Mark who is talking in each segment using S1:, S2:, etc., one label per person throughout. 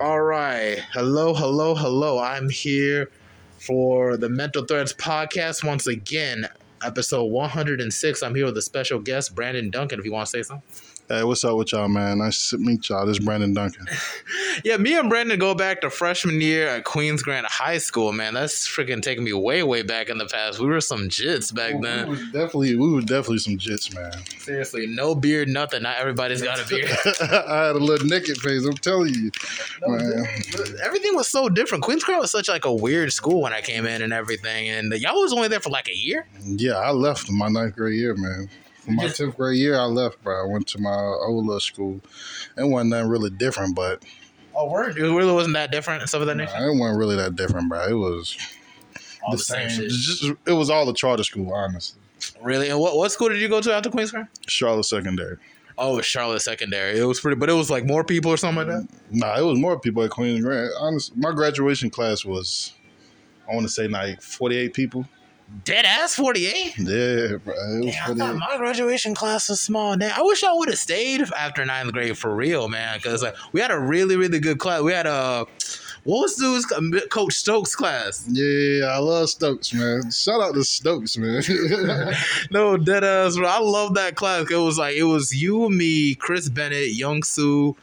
S1: All right. Hello, hello, hello. I'm here for the Mental Threads podcast once again, episode 106. I'm here with a special guest, Brandon Duncan, if you want to say something.
S2: Hey, what's up with y'all, man? Nice to meet y'all. This is Brandon Duncan.
S1: Yeah, me and Brandon go back to freshman year at Queens Grant High School, man. That's freaking taking me way, way back in the past. We were some jits back
S2: We
S1: then.
S2: was definitely, we were definitely some jits, man.
S1: Seriously, no beard, nothing. Not everybody's got a beard.
S2: I had a little naked face. I'm telling you, man.
S1: everything was so different. Queens Grant was such like a weird school when I came in and everything. And y'all was only there for like a year.
S2: Yeah, I left my ninth grade year, man. For my tenth grade year, I left, bro. I went to my old little school. It wasn't nothing really different, but
S1: Oh, word. It really wasn't that different. Some of that
S2: nah,
S1: nature.
S2: it wasn't really that different, bro. It was
S1: All
S2: the, same. Just, it was all the charter school, honestly.
S1: Really? And what, what school did you go to after Queens Grant?
S2: Charlotte Secondary.
S1: Oh, it was Charlotte Secondary. It was pretty, but it was like more people or something like that.
S2: Nah, it was more people at Queen Grant. Honestly, my graduation class was, I want to say like forty eight people.
S1: Dead ass 48?
S2: Yeah, bro. It was
S1: Yeah, I
S2: forty
S1: thought
S2: eight.
S1: my graduation class was small. Now I wish I would have stayed after ninth grade for real, man. Because like we had a really, really good class. We had a what was dude's uh, coach Stokes class?
S2: Yeah, I love Stokes, man. Shout out to Stokes, man.
S1: No dead ass. Bro. I love that class. It was like it was you, me, Chris Bennett, Young Soo,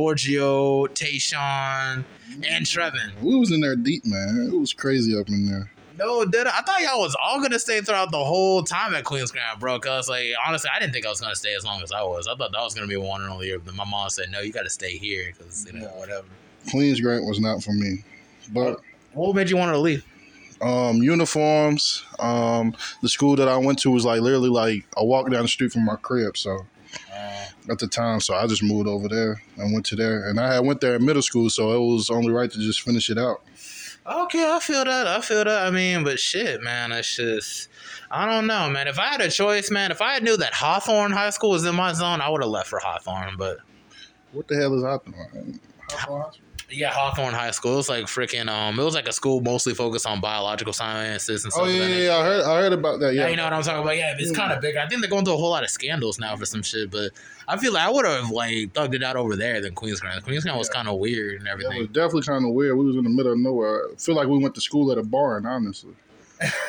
S1: Giorgio, Tayshawn, and Trevin.
S2: we was in there deep, man. It was crazy up in there.
S1: No, did I? I thought y'all was all gonna stay throughout the whole time at Queens Grant, bro. Cause like honestly, I didn't think I was gonna stay as long as I was. I thought that was gonna be one and only year. But my mom said, no, you gotta stay here, cause you know whatever.
S2: Queens Grant was not for me, but
S1: What made you want to leave?
S2: um, uniforms. Um, the school that I went to was like literally like a walk down the street from my crib. So at the time, so I just moved over there and went to there. And I had went there in middle school, so it was only right to just finish it out.
S1: Okay, I feel that. I feel that. I mean, but shit, man, it's just I don't know, man. If I had a choice, man, if I knew that Hawthorne High School was in my zone, I would have left for Hawthorne. But
S2: What the hell is happening? Hawthorne?
S1: yeah, Hawthorne High School, it was like freaking um, it was like a school mostly focused on biological sciences and stuff.
S2: Oh
S1: of
S2: yeah,
S1: that
S2: yeah,
S1: nature.
S2: yeah, I heard, I heard about that.
S1: Yeah,
S2: Yeah,
S1: you know what I'm talking about. Yeah, it's kind of big. I think they're going through a whole lot of scandals now for some shit. But I feel like I would have like thugged it out over there than Queens Grant. Queens Grant was kind of weird and
S2: That was
S1: everything.
S2: definitely kind of weird. We was in the middle of nowhere. I feel like we went to school at a barn, honestly.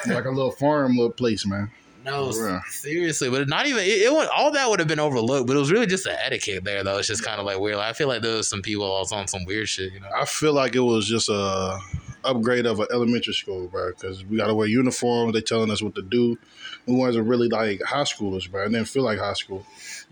S2: like a little farm, little place, man.
S1: No, s-
S2: Yeah.
S1: seriously, but not even it, it. wa- All that would have been overlooked, but it was really just the etiquette there. Though it's just kind of like weird. Like, I feel like there was some people that was on some weird shit. You know.
S2: I feel like it was just a upgrade of an elementary school, bro. Because we got to wear uniforms. They telling us what to do. We wasn't really like high schoolers, bro. I didn't feel like high school.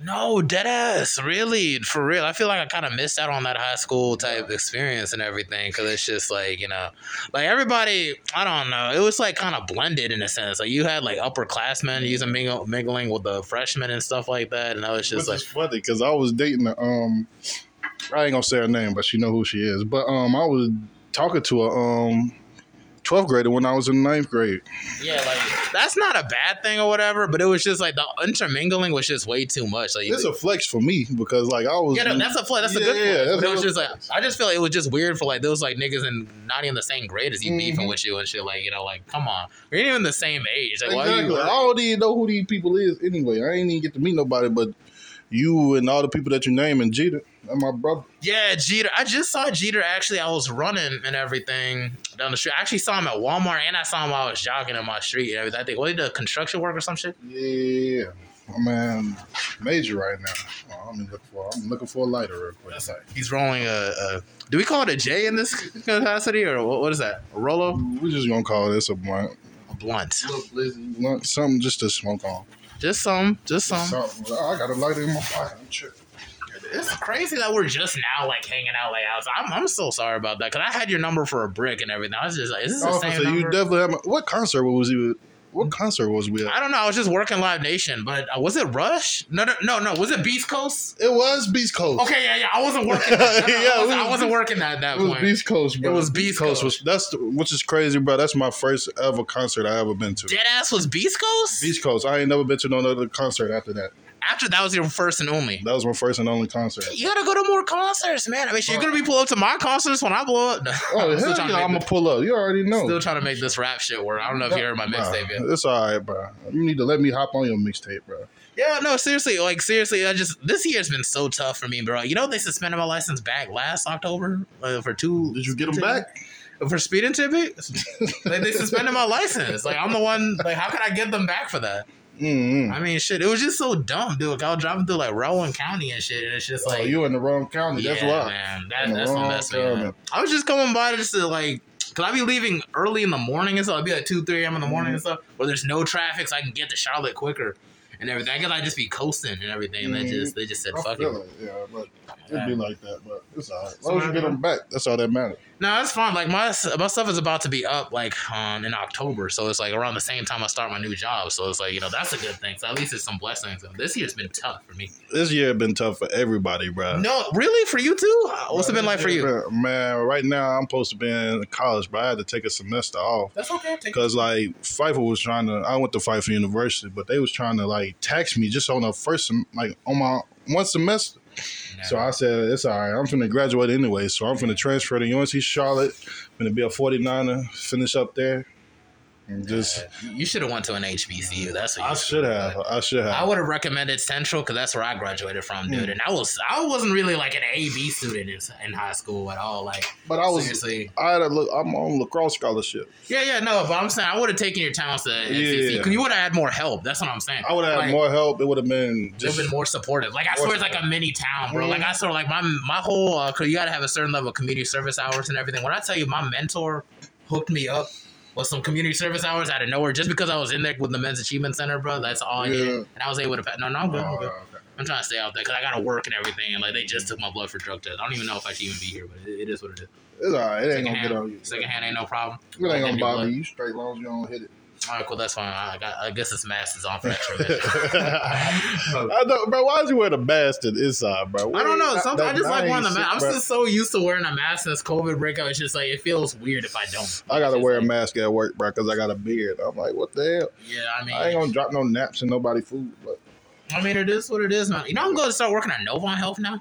S1: No, dead ass, really, for real. I feel like I kind of missed out on that high school type experience and everything because it's just like you know, like everybody. I don't know. It was like kind of blended in a sense. Like you had like upperclassmen using mingle, mingling with the freshmen and stuff like that, and I was just
S2: Which
S1: like,
S2: is funny because I was dating a, um, I ain't gonna say her name, but she know who she is. But um, I was talking to a um, twelfth grader when I was in ninth grade.
S1: yeah, like that's not a bad thing or whatever. But it was just like the intermingling was just way too much. Like
S2: It's a flex for me because like I was.
S1: Yeah, no, that's a flex. That's a good
S2: Yeah, yeah,
S1: flex.
S2: that's
S1: But it was
S2: a-
S1: just like I just feel like it was just weird for like those like niggas and not even the same grade as you
S2: Mm-hmm.
S1: beefing with you and shit. Like you know, like come on, we ain't even the same age. Like why are you?
S2: Exactly. I don't even know who these people is anyway. I ain't even get to meet nobody but you and all the people that you name and Jeter and my brother.
S1: Yeah, Jeter. I just saw Jeter. Actually, I was running and everything down the street. I actually saw him at Walmart and I saw him while I was jogging in my street and everything. I think what he did construction work or some shit.
S2: Yeah. I'm in major right now. Oh, I'm looking for I'm looking for a lighter real quick.
S1: That's like he's rolling a. a do we call it a J in this capacity or what, what is that? A Rolo?
S2: We're just gonna call this a blunt.
S1: A blunt.
S2: Blunt, Something just to smoke on.
S1: Just some. Just some.
S2: Something. I got a lighter in my pocket. I'm tripping.
S1: It's crazy that we're just now like hanging out like outside. I'm, I'm so sorry about that because I had your number for a brick and everything. I was just like, is this the
S2: Officer,
S1: same
S2: Oh, you
S1: number?
S2: definitely have my, what concert was you what concert was we at?
S1: I don't know. I was just working Live Nation, but uh, was it Rush? No, no, no, no. Was it Beast Coast?
S2: It was Beast Coast.
S1: Okay, yeah, yeah. I wasn't working. That. No, no,
S2: Yeah,
S1: I,
S2: it
S1: wasn't, I
S2: was-
S1: wasn't working that at that
S2: It was
S1: point.
S2: Beast Coast, bro.
S1: It was Beast Coast.
S2: was that's the, which is crazy, bro. That's my first ever concert I ever been to.
S1: Deadass was Beast Coast.
S2: Beast Coast. I ain't never been to no other concert after that.
S1: After that was your first and only.
S2: That was my first and only concert.
S1: You gotta go to more concerts, man. I mean, shit, you're gonna be pulled up to my concerts when I blow up. No,
S2: Oh
S1: I'm still trying
S2: hell
S1: to
S2: yeah!
S1: make
S2: I'm gonna
S1: this-
S2: pull up. You already know.
S1: Still trying to make this rap shit work. I don't know if you heard my
S2: Nah,
S1: mixtape yet.
S2: It's all right, bro. You need to let me hop on your mixtape, bro.
S1: Yeah, no, seriously, like seriously, I just this year's been so tough for me, bro. You know they suspended my license back last October uh, for two
S2: Did you get them back?
S1: for speeding tickets. like they suspended my license. Like I'm the one. Like how can I get them back for that?
S2: Mm-hmm.
S1: I mean, shit, it was just so dumb, dude. Like I was driving through like Rowan County and shit, and it's just like
S2: oh, you in the wrong county. That's
S1: yeah,
S2: why.
S1: man. That-
S2: In the
S1: that's what
S2: wrong
S1: messed me
S2: county.
S1: up. I was just coming by just to like, cause I be leaving early in the morning and stuff. I'd be like two, three a.m. in the morning
S2: Mhm.
S1: and stuff, where there's no traffic, so I can get to Charlotte quicker and everything. I guess I just be coasting and everything. And they
S2: Mhm.
S1: just they just said
S2: I
S1: fuck
S2: feel
S1: it.
S2: it. Yeah, but it'd
S1: Yeah.
S2: be like that. But it's all right. As long as you get them back, that's all that matters.
S1: No, that's fine. Like my my stuff is about to be up like um, in October, so it's like around the same time I start my new job. So it's like you know that's a good thing. So at least it's some blessings. This year's been tough for me.
S2: This year been tough for everybody, bro.
S1: No, really, for you too. What's it been like for you?
S2: Man, right now I'm supposed to be in college, but I had to take a semester off.
S1: That's okay. Take
S2: Cause like FIFA was trying to, I went to FIFA University, but they was trying to like tax me just on the first, sem- like on my one semester. So I said, it's all right. I'm finna graduate anyway. So I'm finna transfer to UNC Charlotte. Finna be a 49er, finish up there. And just,
S1: You should have went to an HBCU. That's what you
S2: I should
S1: should've
S2: have.
S1: done.
S2: I should have.
S1: I would have recommended Central because that's where I graduated from,
S2: Hmm.
S1: dude. And I was I wasn't really like an A B student in, in high school at all. Like
S2: but I was,
S1: seriously,
S2: I had a look, I'm on lacrosse scholarship.
S1: yeah, yeah, no. But I'm saying I would have taken your talents to NCC
S2: yeah.
S1: because you would have had more help. That's what I'm saying.
S2: I would have
S1: Like,
S2: had more help. It would have been
S1: They've
S2: just,
S1: been more supportive. Like I
S2: More Mm-hmm.
S1: swear, it's like a mini town, bro. Like I swear, like my my whole uh, 'cause you gotta have a certain level of community service hours and everything. When I tell you, my mentor hooked me up with some community service hours out of nowhere just because I was in there with the Men's Achievement Center, bro. That's all I
S2: Yeah.
S1: needed, and I was able to. pa- No, no, I'm good. I'm,
S2: Oh,
S1: good. I'm trying to stay out there because I gotta work and everything. And like they just took my blood for drug test. I don't even know if I should even be here, but it, it is what it is.
S2: it's all right. It ain't gonna
S1: Secondhand,
S2: get on you.
S1: secondhand ain't no problem.
S2: It ain't
S1: Give
S2: gonna
S1: me
S2: bother
S1: blood.
S2: you. You straight long as you don't hit it.
S1: All right, cool. That's fine. I, got, I guess this mask is on for extra. measure.
S2: I don't, bro. Why is you wearing a bastard inside, bro?
S1: I don't know. Sometimes I just like wearing the
S2: man.
S1: mask. I'm just so used to wearing a mask since COVID breakout. It's just like it feels weird if I don't.
S2: I gotta
S1: It's
S2: wear a
S1: like-
S2: mask at work, bro, because I got a beard. I'm like, what the hell?
S1: Yeah, I mean,
S2: I ain't gonna drop no naps and nobody food. But
S1: I mean, it is what it is, man. You know, I'm going to start working at Novon Health now.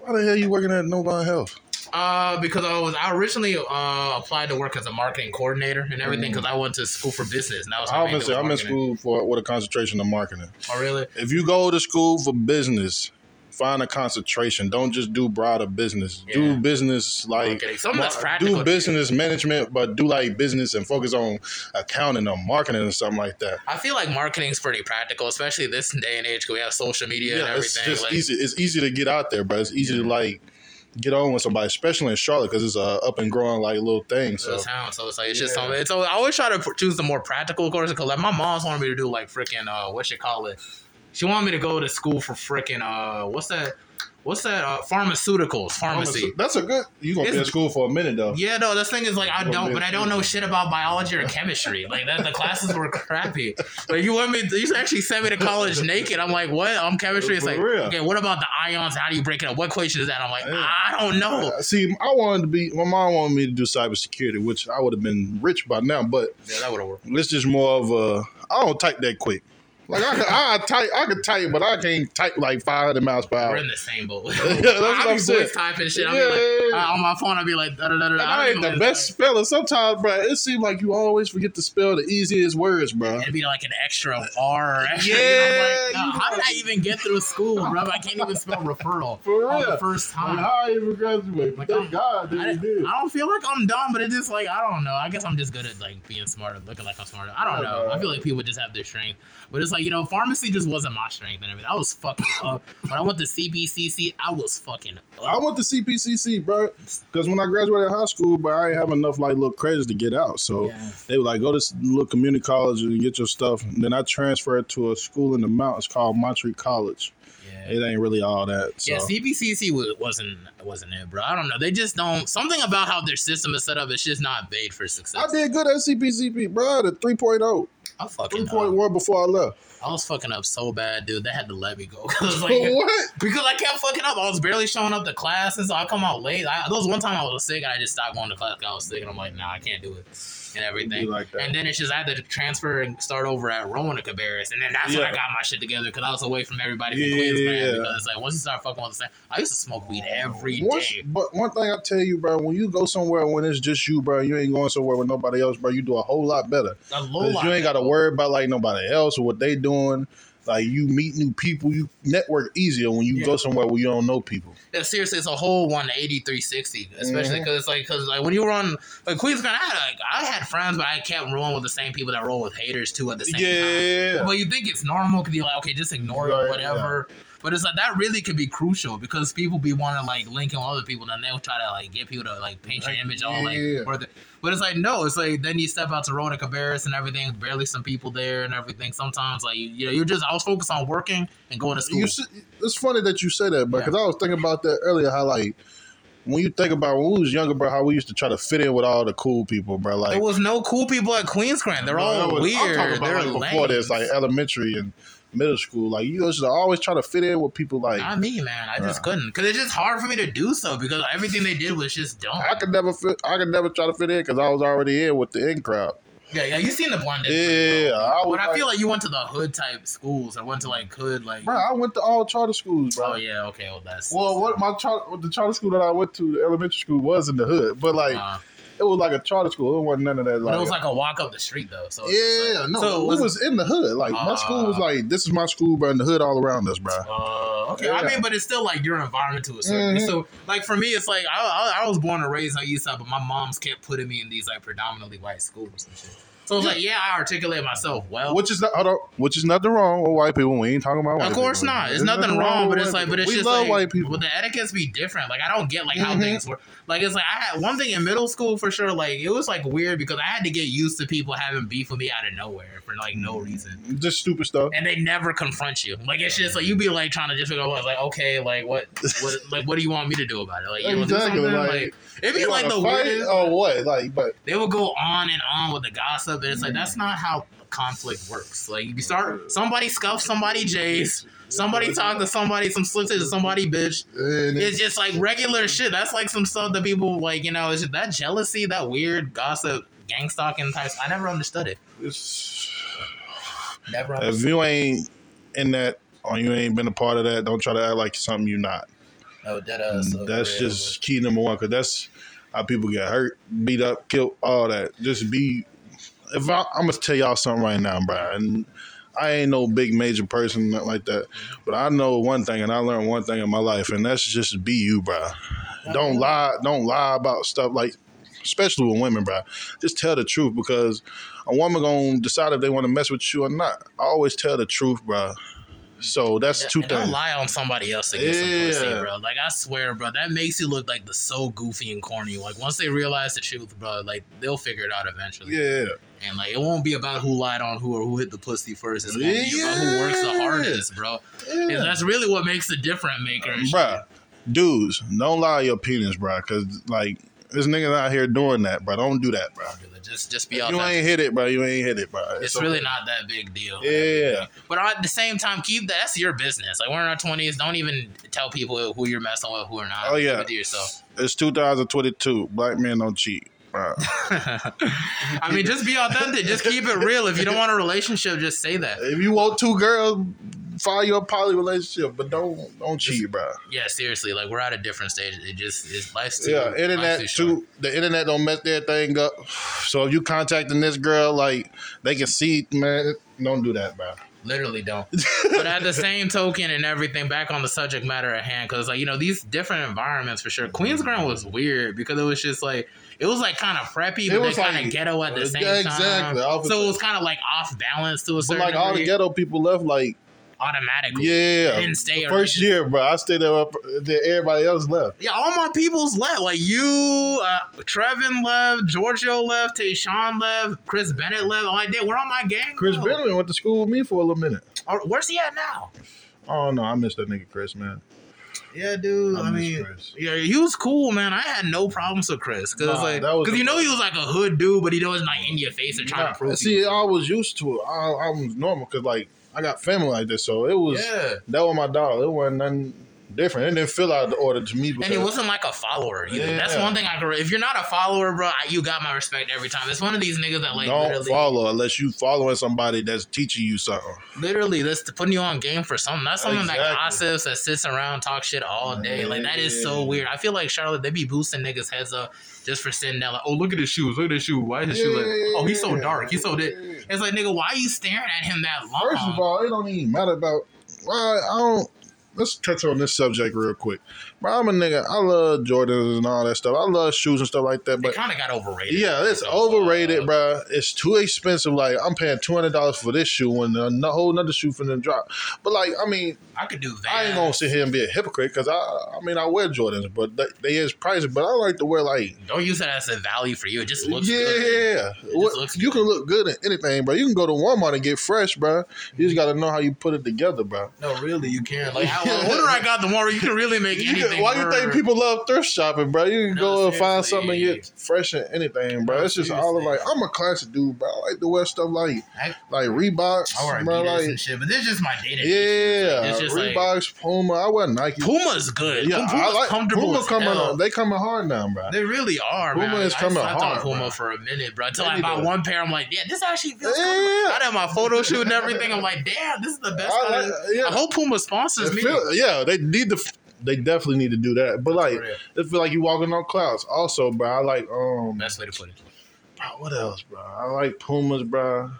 S2: why the hell you working at Novon Health?
S1: Uh, because I was I originally uh applied to work as a marketing coordinator and everything because I went to school for business. And that was my
S2: I'm,
S1: main
S2: in,
S1: thing was
S2: Mm. I'm in
S1: marketing.
S2: school for with a concentration of marketing.
S1: Oh, really?
S2: If you go to school for business, find a concentration. Don't just do broader business.
S1: Yeah.
S2: Do business like
S1: Marketing. Something that's
S2: mar-
S1: practical.
S2: Do business management, but do like business and focus on accounting or marketing or something like that.
S1: I feel like marketing's pretty practical, especially this day and age because we have social media and everything.
S2: It's just
S1: like,
S2: easy. It's easy to get out there, but it's easy to like get on with somebody, especially in Charlotte, because it's a up and growing like little thing.
S1: So
S2: So
S1: it's how- so it's like it's just
S2: Yeah.
S1: something. It's always, I always try to pr- choose the more practical course because like my mom's wanted me to do like freaking uh what you call it. She wanted me to go to school for freaking uh what's that what's that uh, pharmaceuticals pharmacy.
S2: That's a good. You gonna be in
S1: It's-
S2: school for a minute though.
S1: Yeah, no, this thing is like I
S2: Well,
S1: don't, but I don't know shit about biology or chemistry. Like that, the classes were crappy. Like you want me, you actually sent me to college naked. I'm like, what? I'm chemistry. It's
S2: For
S1: like,
S2: real.
S1: okay, what about the ions? How do you break it up? What equation is that? I'm like,
S2: Yeah.
S1: I don't know.
S2: Uh, See, I wanted to be. My mom wanted me to do cybersecurity, which I would have been rich by now. But
S1: Yeah, that would have worked.
S2: it's just more of a. I don't type that quick. Like I, could, I type, I could type, but I can't type like 500 miles per
S1: We're
S2: hour.
S1: in the same boat.
S2: that's what
S1: I'll
S2: I'm
S1: be
S2: saying.
S1: voice typing shit.
S2: Yeah,
S1: I'll
S2: yeah,
S1: be like,
S2: yeah.
S1: Uh, on my phone, I'd be like, da da da da.
S2: And I ain't the best speller. Sometimes, bro, it seems like you always forget to spell the easiest words, bro.
S1: It'd be like an extra R or extra.
S2: Yeah,
S1: you know, I'm like,
S2: you
S1: nah, how did I
S2: know.
S1: even get through school, bro? I can't even spell referral
S2: For
S1: on the
S2: real.
S1: first time.
S2: I even graduated.
S1: Like, Thank I'm-
S2: God
S1: I, didn't- I don't feel like I'm dumb, but it's just like I don't know. I guess I'm just good at like being smart, and looking like I'm smart. I don't know. I feel like people just have their strength, but it's like you know, pharmacy just wasn't my strength and everything. I was fucking up when I went to CBCC. I was fucking
S2: I
S1: up.
S2: went to CPCC, bro, because when I graduated high school, but I didn't have enough like little credits to get out. So
S1: Yeah.
S2: they were like, go to s- little community college and get your stuff. And then I transferred to a school in the mountains called Montreat College.
S1: Yeah.
S2: It ain't really all that. So.
S1: Yeah, CBCC wa- wasn't wasn't it, bro. I don't know. They just don't. Something about how their system is set up. It's just not made for
S2: I
S1: success.
S2: did good at CPCP, bro. I had a 3.0,
S1: I fucking. Up.
S2: 3.1 before I left.
S1: I was fucking up so bad, dude. They had to let me go. 'Cause, like,
S2: what?
S1: Because I kept fucking up. I was barely showing up to class, and so I come out late. I, there was one time I was sick, and I just stopped going to class. 'cause I was sick, and I'm like, nah, I can't do it, and
S2: Be
S1: everything.
S2: like that.
S1: and then it's just I had to transfer and start over at Rowan and Cabarrus, and then that's when I
S2: Yeah.
S1: got my shit together because I was away from everybody from
S2: Yeah.
S1: Queensland. Because it's like once you start fucking with the same, I used to smoke weed every day.
S2: Once- but one thing I tell you, bro, when you go somewhere when it's just you, bro, you ain't going somewhere with nobody else, bro. You do a whole lot better.
S1: A low
S2: 'Cause you ain't got to worry about like nobody else or what they doing. Like you meet new people, you network easier when you go somewhere where you don't know people.
S1: Yeah, seriously, it's a whole 180, 360, especially
S2: Mhm.
S1: because it's like, because like when you were on like Queens, I had like, I had friends, but I kept rolling with the same people that roll with haters too at the same time.
S2: Yeah,
S1: But you think it's normal because you're like, okay, just ignore
S2: Right,
S1: it, whatever. But it's like that really could be crucial because people be wanting to like link in with other people, and then they'll try to like get people to like paint your
S2: Like,
S1: image all like.
S2: yeah.
S1: worth it. But it's like no, it's like then you step out to road to Cabarrus and everything. Barely some people there and everything. Sometimes like you, you know, you're just I was focused on working and going to school.
S2: you. s- It's funny that you say that, because I was thinking about that earlier. How like when you think about when we was younger, bro, how we used to try to fit in with all the cool people, bro. Like
S1: There was no cool people at Queens Grant. They're
S2: No, that
S1: all
S2: was-
S1: weird.
S2: I'm talking about
S1: They're
S2: like
S1: lame.
S2: before this, like elementary and middle school. Like you just always try to fit in with people. Like
S1: not me, man. I just
S2: Yeah.
S1: couldn't because it's just hard for me to do so because everything they did was just dumb.
S2: I could never fit. I could never try to fit in because I was already in with the in crowd.
S1: Yeah, yeah. You seen the blonde?
S2: Yeah, I was.
S1: But I
S2: like-
S1: feel like you went to the hood type schools. I went to like hood, like.
S2: bro, I went to all charter schools, bro.
S1: oh yeah, okay, well that's.
S2: Well, what my charter, the charter school that I went to, the elementary school was in the hood, but like
S1: uh,
S2: it was like a charter school. It wasn't none of that.
S1: but
S2: Like,
S1: it was like a walk up the street though. So it's just
S2: yeah,
S1: like-
S2: no,
S1: So
S2: it was, in the hood. Like my school was
S1: Ah.
S2: like this is my school, bro, in the hood all around us, bro.
S1: Uh, okay, I
S2: Yeah.
S1: mean, but it's still like your environment to a certain.
S2: Mhm.
S1: So, like for me, it's like I, I, I was born and raised on the East Side, but my moms kept putting me in these like predominantly white schools and shit. So it's like, yeah, I articulate myself well.
S2: Which is not, hold on, which is nothing wrong with white people. We ain't talking about white
S1: of course
S2: people.
S1: not. It's
S2: There's
S1: nothing wrong, but
S2: with
S1: it's like,
S2: white people.
S1: but it's
S2: we
S1: just
S2: love
S1: like,
S2: white people.
S1: But the etiquettes be different. Like I don't get like how
S2: Mhm.
S1: things work. Like it's like I had one thing in middle school for sure. Like it was like weird because I had to get used to people having beef with me out of nowhere for like no reason.
S2: just stupid stuff.
S1: and they never confront you. Like it's just like you be like trying to just figure out what's like okay, like what, what, like what do you want me to do about it? Like you wanna do
S2: Exactly,
S1: something?
S2: like,
S1: Like, it'd be
S2: You
S1: like
S2: wanna
S1: the
S2: fight Oh,
S1: weirdest.
S2: or what? Like, but
S1: They would go on and on with the gossip, and it's like that's not how conflict works. Like you start somebody scuffs somebody jays, somebody talk to somebody, some slips to somebody bitch.
S2: and
S1: It's just like regular shit. That's like some stuff that people like you know. It's just that jealousy, that weird gossip, gang stalking types. I never understood it.
S2: it's,
S1: Never. Understood.
S2: if you ain't in that or you ain't been a part of that, don't try to act like something you're not.
S1: No, that, uh, so
S2: Mm, that's
S1: real.
S2: just key number one because that's how people get hurt, beat up, killed, all that. Just be. If I, I'm gonna tell y'all something right now, bro, and I ain't no big major person nothing like that, but I know one thing, and I learned one thing in my life, and that's just be you, bro. Don't lie. Don't lie about stuff like, especially with women, bro. Just tell the truth because a woman gonna decide if they want to mess with you or not. I always tell the truth, bro. So that's
S1: Yeah,
S2: two
S1: and Don't
S2: things.
S1: lie on somebody else to get some pussy,
S2: Yeah.
S1: bro. Like I swear, bro, that makes you look like the so goofy and corny. Like once they realize the truth, bro, like they'll figure it out eventually.
S2: Yeah.
S1: And like it won't be about who lied on who or who hit the pussy first. It's gonna be about who works the
S2: Yeah.
S1: hardest, bro.
S2: yeah.
S1: And that's really what makes the different maker. and shit.
S2: bruh, dudes, don't lie your penis, bruh, because like there's niggas out here doing that, bruh. Don't do that, bruh.
S1: Just just be
S2: You
S1: authentic.
S2: ain't hit it, bruh. You ain't hit it, bruh.
S1: It's
S2: okay.
S1: really not that big deal.
S2: yeah,
S1: But at the same time, keep that. That's your business. Like we're in our twenties. Don't even tell people who you're messing with, who are not.
S2: Oh, yeah.
S1: Keep it to yourself.
S2: it's 2022. Black men don't cheat, bruh.
S1: I mean, just be authentic. Just keep it real. If you don't want a relationship, just say that.
S2: if you want two girls, file your poly relationship, but don't don't cheat, bruh.
S1: Yeah, seriously. Like we're at a different stage. It just is life's too.
S2: Yeah,
S1: life's
S2: internet
S1: short.
S2: too. The internet don't mess that thing up. So if you contacting this girl, like they can see, man, don't do that, bruh.
S1: Literally don't. but at the same token and everything, back on the subject matter at hand, because like you know these different environments for
S2: Mm-hmm.
S1: sure. Queens Ground was weird because it was just like it was like kind of preppy, but
S2: was
S1: then kind
S2: like-
S1: of ghetto at the same
S2: Exactly,
S1: time.
S2: opposite.
S1: So it was kind of like off balance to a
S2: But
S1: certain
S2: like all the
S1: degree,
S2: ghetto people left, like
S1: automatically.
S2: yeah,
S1: They didn't stay or
S2: First
S1: they just-
S2: year, bro, I stayed there. Then everybody else left.
S1: Yeah, all my people's left. Like you, uh, Trevin left, Giorgio left, Tayshawn left, Chris Bennett left. All I did, where all my gang?
S2: Chris
S1: go?
S2: Benjamin went to school with me for a little minute.
S1: Or- Where's he at now?
S2: Oh no, I miss that nigga Chris, man.
S1: Yeah, dude.
S2: I miss Chris.
S1: yeah, he was cool, man. I had no problems with Chris because
S2: Nah,
S1: like,
S2: that was
S1: because
S2: the-
S1: you know he was like a hood dude, but he was not in your face and trying
S2: Nah,
S1: to prove.
S2: see,
S1: you.
S2: I was used to it. I, I was normal because like I got family like this, so it was
S1: yeah.
S2: that was my dog. It wasn't nothing. different. It didn't feel out of the order to me.
S1: And he wasn't like a follower either. That's
S2: Yeah.
S1: one thing I can. If you're not a follower, bro, I- you got my respect every time. It's one of these niggas that like
S2: don't
S1: literally,
S2: follow unless you following somebody that's teaching you something.
S1: literally, that's putting you on game for something. Not someone that
S2: Exactly.
S1: gossips that sits around talk shit all day. Like that is so
S2: Yeah.
S1: weird. I feel like Charlotte they be boosting niggas heads up just for sitting there like, oh look at his shoes, look at his shoe. Why is his shoe? Like, oh he's so dark, he's so dead. It's like nigga, why are you staring at him that long?
S2: First of all, it don't even matter about. Why I don't. Let's touch on this subject real quick. But I'm a nigga. I love Jordans and all that stuff. I love shoes and stuff like that.
S1: they
S2: But
S1: kind of got overrated.
S2: yeah, it's overrated, bro. It's too expensive. Like I'm paying two hundred dollars for this shoe and a whole another shoe for the drop. But like, I mean,
S1: I could do that.
S2: I ain't gonna sit here and be a hypocrite because I, I mean, I wear Jordans, but they, they is pricey. But I like to wear like
S1: Don't use that as a value for you. It just looks
S2: yeah,
S1: good.
S2: What-
S1: looks
S2: you can look good in anything, bro. You can go to Walmart and get fresh, bro. You just gotta know how you put it together, bro.
S1: No, really, you can't. Like, how, the older I got, the more you can really make
S2: You
S1: anything.
S2: can- why you think
S1: work.
S2: people love thrift shopping, bro? You can
S1: No,
S2: go and find something
S1: seriously.
S2: and get fresh in anything, bro.
S1: No,
S2: it's just all of
S1: seriously.
S2: like I'm a classic dude, bro. I like to wear stuff like
S1: I-
S2: like Reeboks,
S1: I wear
S2: bro.
S1: Adidas
S2: Like
S1: and shit, but this is just my data.
S2: yeah,
S1: It's just like-
S2: Reeboks, Puma. I wear Nike.
S1: Puma's good.
S2: Yeah,
S1: Puma's
S2: I like
S1: comfortable.
S2: Puma
S1: as
S2: coming.
S1: hell.
S2: They coming hard now, bro.
S1: They really are,
S2: Puma
S1: man.
S2: is coming
S1: I slept on
S2: hard,
S1: Puma
S2: bro.
S1: for a minute, bro. Until
S2: They
S1: I
S2: need
S1: bought
S2: to-
S1: one pair, I'm like, yeah, this actually feels
S2: Yeah.
S1: comfortable. I did my photo shoot and everything. I'm like, damn, this is the best.
S2: I
S1: I,
S2: like- yeah.
S1: I hope Puma sponsors
S2: It
S1: me.
S2: feel- yeah, they need to. They definitely need to do that. But like,
S1: real.
S2: it feel like you walking on clouds. Also, bro, I like um,
S1: Best way to put it.
S2: bro, what else, bro? I like Pumas, bro.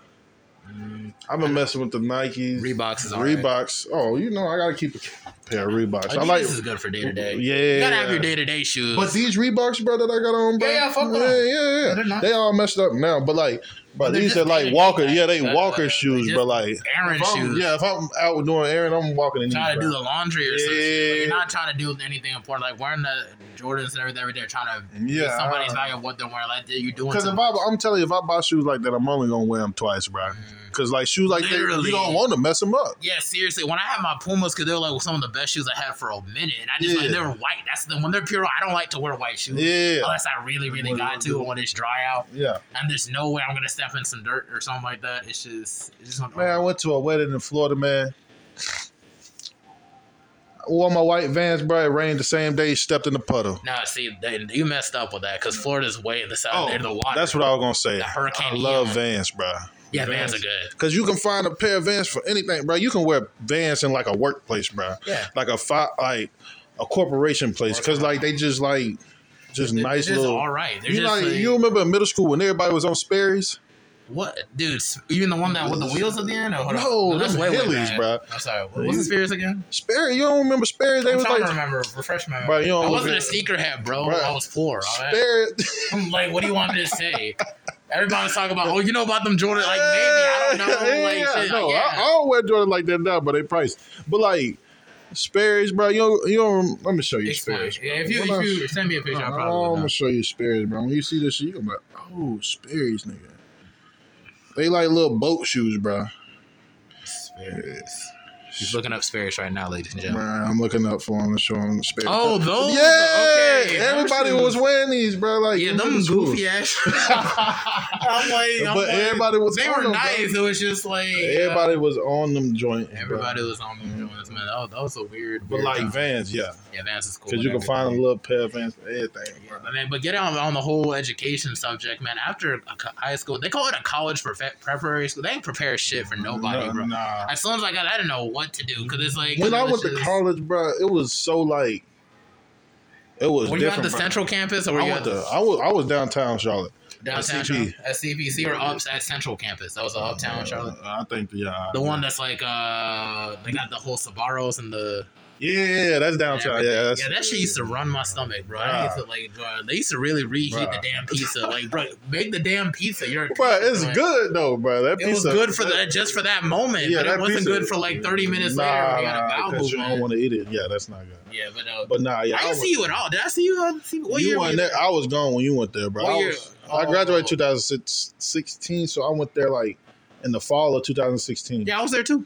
S1: Mm.
S2: I've been messing with the Nikes,
S1: Reeboks is all right.
S2: Reeboks. Oh, you know, I gotta keep a pair of Reeboks.
S1: Adidas
S2: I like,
S1: is good for day to day.
S2: yeah.
S1: You gotta have your day to day shoes.
S2: But these Reeboks, bro, that I got on, bro.
S1: Yeah, yeah, fuck with
S2: yeah,
S1: them.
S2: yeah, yeah.
S1: They're not-
S2: They all messed up now, but like, but
S1: They're
S2: these
S1: just
S2: are like
S1: Adidas.
S2: Walker. Yeah, they
S1: That's
S2: Walker
S1: what-
S2: shoes,
S1: they
S2: bro.
S1: just
S2: Like,
S1: Aaron
S2: if I'm-
S1: shoes.
S2: Yeah, if I'm out doing Aaron, I'm walking in these.
S1: trying to
S2: bro.
S1: do the laundry or something.
S2: Yeah.
S1: You're not trying to do anything important. Like wearing the Jordans and everything every day, trying to
S2: Yeah,
S1: get somebody's
S2: I-
S1: value of what they're wearing. Like that, you're doing
S2: Because if
S1: something.
S2: I, I'm telling you, if I buy shoes like that, I'm only gonna wear them twice, bro. Because like shoes like that,
S1: Mm. Literally.
S2: you don't want to mess them up.
S1: Yeah, seriously. When I had my Pumas, because they were like some of the best shoes I had for a minute, and I just like
S2: Yeah.
S1: they were white. That's the when they're pure. I don't like to wear white shoes
S2: Yeah,
S1: unless I really, really got to when it's dry out
S2: yeah.
S1: and there's no way I'm gonna step in some dirt or something like that. It's just, it's just not.
S2: Man, I went to a wedding in Florida, man. I wore my white Vans, bro. It rained the same day. Stepped in the puddle.
S1: No, see, they, you messed up with that because Florida's way in the south.
S2: Oh,
S1: they're the water.
S2: that's what I was gonna say.
S1: The hurricane
S2: I love
S1: Ian.
S2: Vans, bro.
S1: yeah, Vans are good.
S2: Cause you can find a pair of Vans for anything, bro. You can wear Vans in like a workplace, bro.
S1: Yeah.
S2: Like a fi- like a corporation place. Cause like they just like just nice
S1: They're just
S2: little.
S1: all right. They're
S2: You know,
S1: just
S2: like,
S1: like-
S2: you remember in middle school when everybody was on Sperry's?
S1: What, dude? s- Even the one that with the wheels at the end? Or, hold on.
S2: No, them Hillies,
S1: back.
S2: bro.
S1: I'm sorry. What was the Spears again?
S2: Sperry, you don't remember Sperry? They
S1: I'm
S2: was
S1: trying to
S2: like
S1: remember. Refresh my memory.
S2: Bro, you don't
S1: I wasn't a
S2: look
S1: sneakerhead, bro.
S2: Bro.
S1: I was poor. all right?
S2: Sperry.
S1: I'm like, what do you want me to say? Everybody's talking about, oh, you know about them Jordan? Like, maybe I don't know.
S2: Yeah,
S1: like, shit,
S2: no,
S1: like,
S2: I,
S1: yeah.
S2: I don't wear Jordan like that now, but they price. But like Sperry's, bro. You don't, you don't. Let me show you
S1: Explain.
S2: Sperry's. bro.
S1: Yeah, if you,
S2: When I-
S1: if you send me a picture, I probably
S2: I'm
S1: would know.
S2: gonna show you Sperry's, bro. When you see this, shit, you gonna be like, oh, Sperry's, nigga. They like little boat shoes, bro.
S1: Spears. She's looking up Spears right now, ladies and
S2: Bruh,
S1: gentlemen.
S2: I'm looking up for them to show them Sperry's.
S1: Oh, those?
S2: yeah.
S1: Okay, those
S2: Everybody
S1: shoes.
S2: was wearing these, bro. Like
S1: Yeah,
S2: in
S1: them
S2: middle school.
S1: goofy ass. I'm like, I'm
S2: But
S1: like-
S2: everybody was
S1: They
S2: on
S1: were
S2: them, bro.
S1: nice. It was just like uh,
S2: Everybody was on them joint. bro.
S1: Everybody was on the Jones, man. Oh, that was a weird.
S2: But
S1: weird
S2: like
S1: time.
S2: Vans, yeah,
S1: yeah, Vance is cool.
S2: because you can find a little pair of Vans for everything. Bro.
S1: I mean, but get on on the whole education subject, man. After a co- high school, they call it a college prefe- preparatory school. They ain't prepare shit for nobody,
S2: Nah,
S1: bro.
S2: nah.
S1: As soon as I got, I didn't know what to do because it's like
S2: When I
S1: it's
S2: went to
S1: just-
S2: college, bro, it was so like it was
S1: Were you at
S2: different.
S1: the
S2: bro.
S1: central campus or were
S2: I
S1: you
S2: went
S1: at
S2: to I was I was downtown Charlotte.
S1: downtown
S2: SCP.
S1: Charlotte? at CPC or ups at central campus? That was the uptown Charlotte.
S2: Uh, I think yeah.
S1: The one that's like uh, they got the whole Sabaros and the
S2: Yeah, that's downtown. Yeah, that's,
S1: yeah, that shit used to run my stomach, bro. I used to like, bro, they used to really reheat
S2: Bruh.
S1: the damn pizza. Like, bro, make the damn pizza. You're a
S2: Bro,
S1: pizza
S2: it's
S1: joint.
S2: good though, bro. That
S1: It
S2: pizza
S1: was good for the just for that moment,
S2: Yeah,
S1: but
S2: that
S1: it wasn't
S2: pizza-
S1: good for like thirty minutes later
S2: Nah,
S1: when you got a
S2: nah,
S1: bowel
S2: 'cause you don't
S1: movement.
S2: want to eat it. Yeah, that's not good.
S1: Yeah, but uh,
S2: But nah, yeah,
S1: I didn't
S2: was-
S1: see you at all. Did I see you? I see, what year
S2: you
S1: were
S2: went
S1: you
S2: there. I was gone when you went there, bro.
S1: What
S2: I,
S1: year?
S2: was- I
S1: Oh.
S2: graduated 2016, so I went there like in the fall of 2016.
S1: Yeah, I was there too.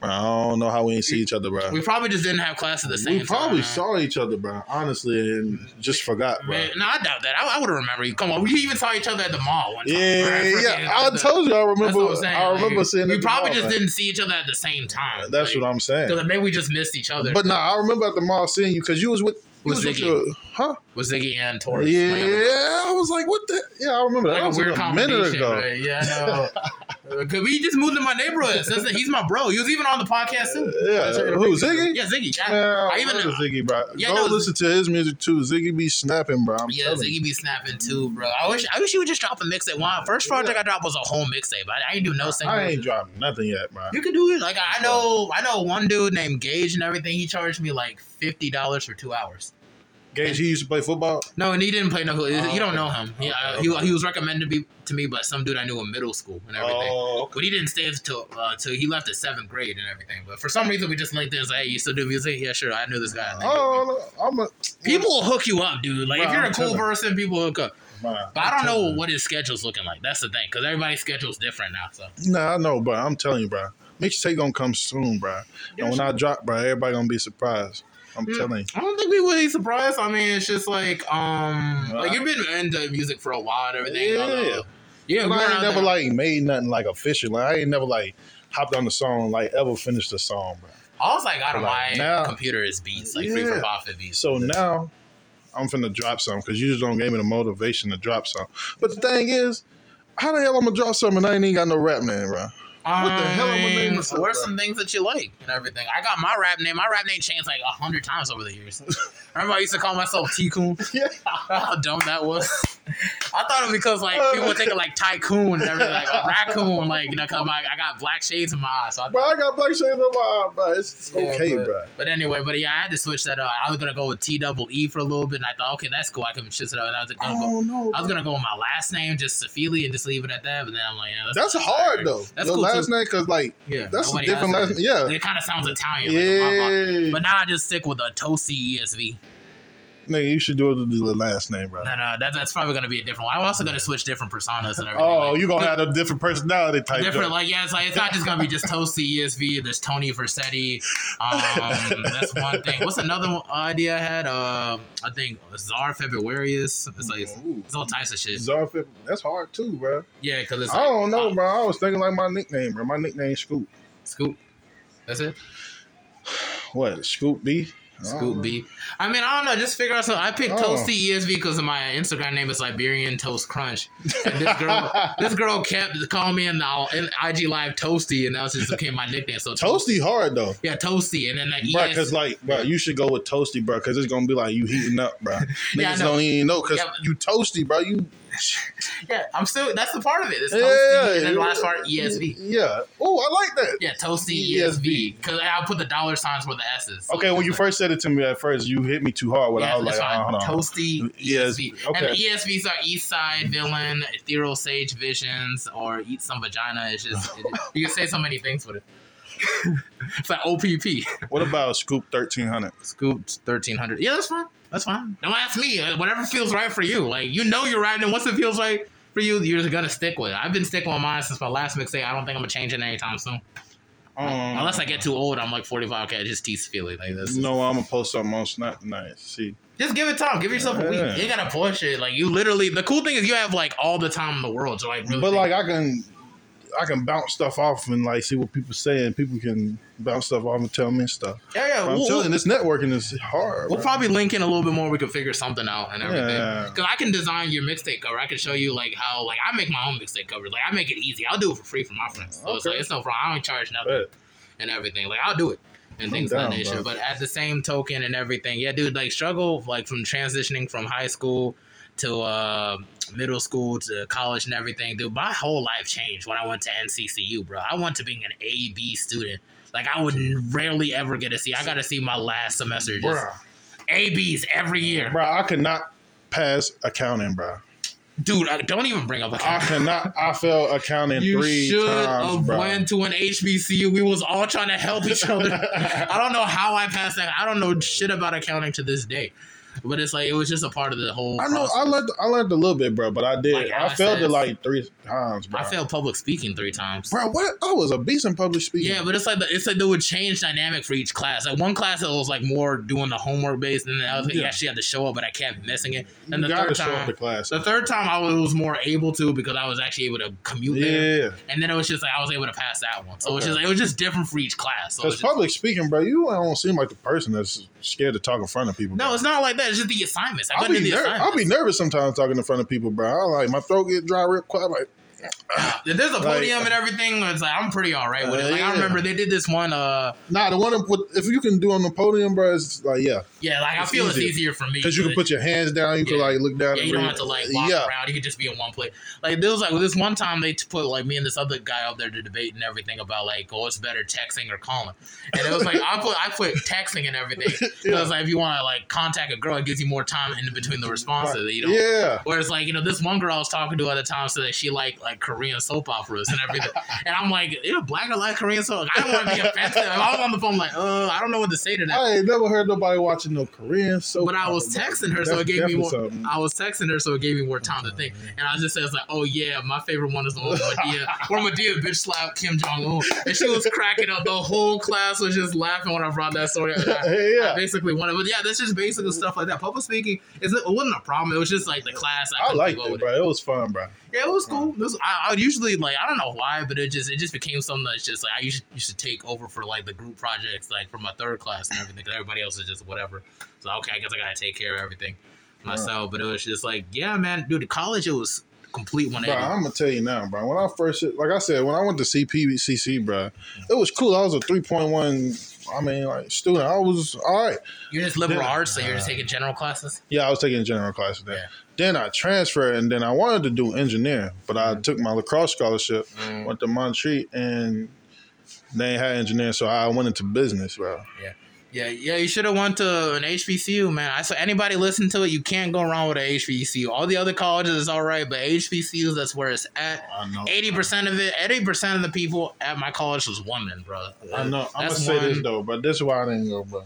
S2: Bro, I don't know how we ain't see each other, bro.
S1: We probably just didn't have class at the same
S2: We probably
S1: time.
S2: saw each other, bro. Honestly, and just forgot, bro.
S1: Man, no, I doubt that. I, I would remember you. Come on, we even saw each other at the mall one time.
S2: Yeah,
S1: bruh.
S2: yeah. I told you. I
S1: That's
S2: remember.
S1: what I'm saying.
S2: I remember
S1: Like,
S2: seeing.
S1: We probably just didn't see each other at the same time.
S2: That's what I'm saying.
S1: Because maybe we just missed each other.
S2: But nah, I remember at the mall seeing you because you was with. you
S1: With
S2: was with
S1: Ziggy.
S2: your, huh?
S1: with Ziggy and Torres.
S2: Yeah,
S1: Like,
S2: I was like, what the? Yeah, I remember that.
S1: like
S2: That
S1: a
S2: was
S1: weird
S2: a minute
S1: combination.
S2: ago.
S1: Right? Yeah, I know. Because we just moved to my neighborhood. Since then, he's my bro. He was even on the podcast too.
S2: Yeah, who Ziggy?
S1: Yeah, Ziggy.
S2: Yeah,
S1: Yeah, I
S2: I
S1: even
S2: remember Ziggy, bro.
S1: Yeah, no,
S2: Go listen to his music too. Ziggy be snapping, bro. I'm
S1: Yeah,
S2: telling you.
S1: Ziggy be snapping too, bro. I wish I wish he would just drop a mixtape. One first project I dropped was a whole mixtape. I, I ain't do no single.
S2: I ain't dropped nothing yet, bro.
S1: You can do it. Like I I know, I know one dude named Gage and everything. He charged me like fifty dollars for two hours.
S2: Gage, he used to play football.
S1: No, and he didn't play no. you don't know him.
S2: Okay,
S1: Yeah, uh,
S2: okay.
S1: He, he was recommended to, be, to me by some dude I knew in middle school and everything.
S2: Oh, okay.
S1: But he didn't stay until uh, till he left at seventh grade and everything. But for some reason, we just linked in. It's like, hey, you still do music? Yeah, sure. I knew this guy.
S2: Oh, I'm a
S1: people will hook you up, dude. Like
S2: Bro,
S1: if you're
S2: I'm
S1: a cool
S2: telling-
S1: person, people hook up.
S2: Bruh,
S1: But I
S2: I'm
S1: don't know
S2: telling you.
S1: what his schedule's looking like. That's the thing, because everybody's schedule's different now. So
S2: Nah, I know, bro. I'm telling you, bro. Mixtape gonna come soon, bro. and when I drop, bro, everybody gonna be surprised. I'm telling you.
S1: I don't think we would be surprised. I mean, it's just like um,
S2: Well,
S1: like
S2: I-
S1: you've been into music for a while and everything.
S2: Yeah.
S1: although- yeah.
S2: And
S1: we
S2: I
S1: went
S2: ain't
S1: out
S2: never
S1: there-
S2: like made nothing like official. Like I ain't never like hopped on the song and, like ever finished the song, bro.
S1: All I got on my
S2: Like, now-
S1: computer is beats, like free
S2: Yeah.
S1: for profit beats.
S2: So now I'm finna drop something because you just don't give me the motivation to drop something. But the thing is, how the hell I'm gonna drop something and I ain't even got no rap name, bro? What the hell am I naming
S1: Um,
S2: myself,
S1: What are
S2: bro?
S1: some things that you like and everything? I got my rap name. My rap name changed like a hundred times over the years. Remember, I used to call myself Tycoon.
S2: Yeah.
S1: How dumb that was. I thought it was because like people were thinking like tycoon and everything, like a raccoon, like you know, cause my, I got black shades in my eyes. So I,
S2: Bro, I got black shades on my eye, bro. It's, it's
S1: Yeah,
S2: okay,
S1: but-
S2: bro.
S1: but anyway, but yeah, I had to switch that up. I was gonna go with T double E for a little bit, and I thought, okay, that's cool. I can switch it up. And I was
S2: I
S1: gonna go.
S2: don't know.
S1: I was
S2: bro.
S1: gonna go with my last name, just Safili, and just leave it at that. But then I'm like, yeah,
S2: That's hard though.
S1: That's
S2: Your
S1: cool
S2: last
S1: too.
S2: name, cause like
S1: Yeah,
S2: that's a
S1: nobody
S2: different
S1: has
S2: last.
S1: that.
S2: Name. Yeah,
S1: It kind of sounds Italian. like a blah, blah.
S2: Yeah.
S1: But now I just stick with E the Tosi ESV.
S2: Nigga, you should do it with the last name, bro.
S1: No, no, uh, that, that's probably going to be a different one. I'm also going to switch different personas and everything.
S2: Oh,
S1: like,
S2: you gonna have a different personality type.
S1: Different,
S2: joint.
S1: like, yeah, it's like, it's not just going to be just Tosi ESV. There's Tony Versetti. Um, that's one thing. What's another one- idea I had? Um, I think Czar Februarius. It's like,
S2: Ooh.
S1: it's all types of shit.
S2: Zarfip, that's hard too, bro.
S1: Yeah, because it's
S2: I
S1: like,
S2: don't know,
S1: uh,
S2: bro. I was thinking like my nickname, bro. My nickname Scoop.
S1: Scoop. That's it.
S2: What? Scoop B. I don't
S1: Scoop
S2: know.
S1: B. I mean, I don't know. Just figure out something. I picked E
S2: Oh.
S1: Toasty ESV because my Instagram name is Liberian Toast Crunch. And this girl, this girl kept calling me in the in IG Live Toasty, and that was just became my nickname. So
S2: Toasty hard though.
S1: Yeah, Toasty, and then that E
S2: Bro,
S1: ES.
S2: cause like, bro, you should go with toasty, bro, cause it's gonna be like you heating up, bro. Niggas
S1: Yeah, I know.
S2: don't even know, cause
S1: Yeah, but-
S2: you toasty, bro. You
S1: yeah, I'm still. That's the part of it. It's Toasty,
S2: yeah.
S1: and then the last part ESV.
S2: Yeah. Oh, I like that.
S1: Yeah, Toasty E
S2: ESV.
S1: ESV. Because I put the dollar signs where the S's. So
S2: E Okay, when you
S1: it's like-
S2: first said it to me at first, you hit me too hard. When I
S1: Yeah,
S2: was like,
S1: it's
S2: oh,
S1: fine.
S2: hold on.
S1: Toasty
S2: Yes,
S1: ESV.
S2: okay.
S1: And the E ESVs are East Side Villain, Ethereal Sage Visions, or Eat Some Vagina. It's just, it, you can say so many things with it. it's like OPP.
S2: What about Scoop thirteen hundred?
S1: Scooped 1300. Yeah, that's fine. That's fine. Don't ask me. Uh, Whatever feels right for you. Like, you know you're right, and once it feels right for you, you're just going to stick with it. I've been sticking with mine since my last mixtape. I don't think I'm going to change it anytime soon.
S2: Um,
S1: Uh, Unless I get too old, I'm like 45. Okay, I just tease feeling like this.
S2: You know, I'm gonna post something on Snap tonight. See,
S1: Just give it time. Give yourself a week.
S2: Yeah.
S1: You ain't gotta push it. Like you literally. The cool thing is you have like all the time in the world to like. Really
S2: but
S1: think.
S2: like I can, I can bounce stuff off and like see what people say, and people can bounce stuff off and tell me stuff.
S1: yeah, yeah.
S2: But I'm
S1: We'll,
S2: telling
S1: we'll,
S2: you, this networking is hard.
S1: we'll
S2: bro.
S1: probably link in a little bit more. We can figure something out and everything.
S2: Yeah.
S1: Because I can design your mixtape cover. I can show you like how like I make my own mixtape cover. Like I make it easy. I'll do it for free for my friends. So it's
S2: Okay.
S1: like it's no problem. I don't charge nothing.
S2: But
S1: and everything. Like I'll do it and things of
S2: down,
S1: that nature.
S2: bro.
S1: But at the same token and everything, yeah, dude, like struggle like from transitioning from high school to uh, middle school to college and everything, dude. My whole life changed when I went to NCCU, bro. I went to being an A B student. Like I would rarely ever get a C. I got to see my last semester just
S2: Bruh.
S1: A Bs every year,
S2: bro, I could not pass accounting, bro.
S1: dude. I, don't even bring up a
S2: I cannot. I failed accounting
S1: Ah, You
S2: three
S1: should
S2: times,
S1: have
S2: bro.
S1: went to an HBCU. We was all trying to help each other. I don't know how I passed that. I don't know shit about accounting to this day. But it's like it was just a part of the whole.
S2: I know I
S1: process.
S2: learned I learned a little bit, bro, but I did.
S1: Like
S2: I
S1: I
S2: failed it
S1: said-
S2: like three times, bro.
S1: I failed public speaking three times.
S2: Bro, what? I was a beast in public speaking.
S1: Yeah, but it's like the, it's like they would change dynamic for each class. Like one class that was like more doing the homework based, and then I was like,
S2: Yeah.
S1: you actually had to show up, but I kept missing it. And the
S2: you gotta
S1: third
S2: show up
S1: time,
S2: to class.
S1: the third time I was more able to because I was actually able to commute there.
S2: Yeah,
S1: And then it was just like I was able to pass that one. So it was
S2: Okay.
S1: just it was just different for each class. So it was
S2: because
S1: just-
S2: public speaking, bro, you don't seem like the person that's scared to talk in front of people.
S1: no,
S2: bro.
S1: it's not like that. It's just the assignments. I
S2: I'll
S1: couldn't
S2: be,
S1: do the
S2: ner-
S1: assignments.
S2: I'll be nervous sometimes talking in front of people, bro. I like my throat get dry real quick. I'm Like,
S1: If there's a
S2: Like-
S1: podium and everything, it's like I'm pretty all right with
S2: Uh,
S1: it. Like
S2: yeah.
S1: I remember they did this one. uh
S2: nah, the one up with, if you can do on the podium, bro, it's like yeah,
S1: Yeah, like
S2: It's
S1: I feel
S2: easier.
S1: it's easier for me
S2: because you can put your hands down, you can
S1: Yeah.
S2: like look down.
S1: Yeah,
S2: and
S1: you don't
S2: read.
S1: have to like walk
S2: yeah,
S1: around. You could just be in one place. Like there was like this one time they t- put like me and this other guy up there to debate and everything about like oh it's better texting or calling. And it was like I put I put texting and everything.
S2: Yeah.
S1: It was like if you want to like contact a girl, it gives you more time in between the responses. You don't.
S2: yeah.
S1: Whereas like you know this one girl I was talking to at the time said that she liked like Korean soap operas and everything, and I'm like, you know, black or like Korean soap. I don't want to be offensive. I was on the phone like, oh, I don't know what to say to that.
S2: I ain't never heard nobody watching no Korean soap.
S1: But I was
S2: opera, bro.
S1: texting her, so
S2: That's
S1: it gave me
S2: definitely
S1: more.
S2: something.
S1: I was texting her, so it gave me more time to think. And I just said, like, oh yeah, my favorite one is the one with Medea, where Medea bitch slapped Kim Jong Un, and she was cracking up. The whole class was just laughing when I brought that story. up. And I- I
S2: yeah,
S1: basically wanted, but yeah, that's just basic stuff like that. Public speaking, is it wasn't a problem. It was just like the class.
S2: I
S1: couldn't
S2: liked
S1: keep up
S2: it,
S1: with
S2: bro. It was fun, bro.
S1: Yeah, it was cool. It was- I, I usually like I don't know why, but it just it just became something that's just like I used used to take over for like the group projects, like for my third class and everything. 'cause everybody else is just whatever. So okay, I guess I gotta take care of everything myself. But it was just like, yeah, man, dude, college it was complete one
S2: Bro,
S1: eighty.
S2: I'm gonna tell you now, bro. When I first, like I said, when I went to CPCC, bro, it was cool. I was a 3.1. I mean, like student, I was all right.
S1: You're just liberal
S2: Yeah.
S1: arts, so you're just taking general classes.
S2: Yeah, I was taking general classes there.
S1: Yeah.
S2: Then I transferred, and then I wanted to do engineering, but
S1: Mm-hmm.
S2: I took my lacrosse scholarship, went to Montreat, and they ain't had engineering, so I went into business, bro.
S1: Yeah, yeah, you should have went to an HBCU, man. I saw anybody listen to it, you can't go wrong with an HBCU. All the other colleges is all right, but HBCUs, that's where it's at.
S2: I know.
S1: Eighty percent of it, eighty percent of the people at my college was women, bro.
S2: I know. I'm gonna
S1: That's
S2: say this
S1: one-
S2: though, but this is why I didn't go, bro.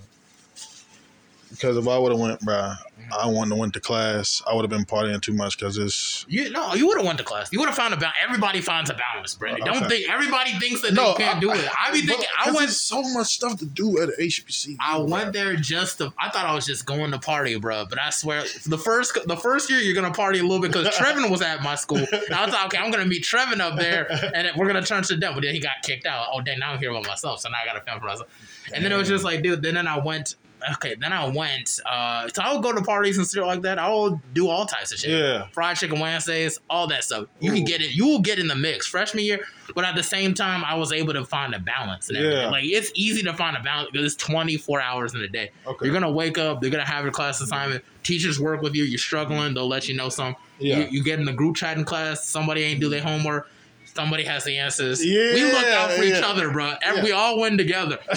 S2: Because if I would have went, bro,
S1: Mm-hmm.
S2: I wouldn't have went to class. I would have been partying too much because it's
S1: You no, you would have went to class. You would have found a balance. Everybody finds a balance, bro.
S2: Okay.
S1: Don't think everybody thinks that
S2: No,
S1: they can't
S2: I-
S1: do it. I be
S2: Bro,
S1: thinking
S2: 'cause
S1: I went,
S2: there's so much stuff to do at a HBCU.
S1: I
S2: bro.
S1: went there just to. I thought I was just going to party, bro. But I swear, the first the first year you're gonna party a little bit because Trevin was at my school. And I thought, okay, I'm gonna meet Trevin up there, and then we're gonna turn to them. But then he got kicked out. Oh, dang! Now I'm here by myself, so now I gotta film for myself. And then it was just like, dude. Then, then I went. Okay, then I went. Uh, so I would go to parties and stuff like that. I will do all types of shit
S2: Yeah.
S1: fried chicken Wednesdays, all that stuff. You
S2: Ooh.
S1: can get it. You will get in the mix freshman year, but at the same time, I was able to find a balance. And everything.
S2: Yeah.
S1: like it's easy to find a balance because it's twenty four hours in a day.
S2: Okay.
S1: You're gonna wake up. They're gonna have your class assignment. Teachers work with you. You're struggling. They'll let you know some.
S2: Yeah.
S1: You, you get in the group chat in class. Somebody ain't do their homework. Somebody has the answers. we
S2: Yeah,
S1: look out for each
S2: yeah.
S1: other, bro. And
S2: Yeah.
S1: We all win together.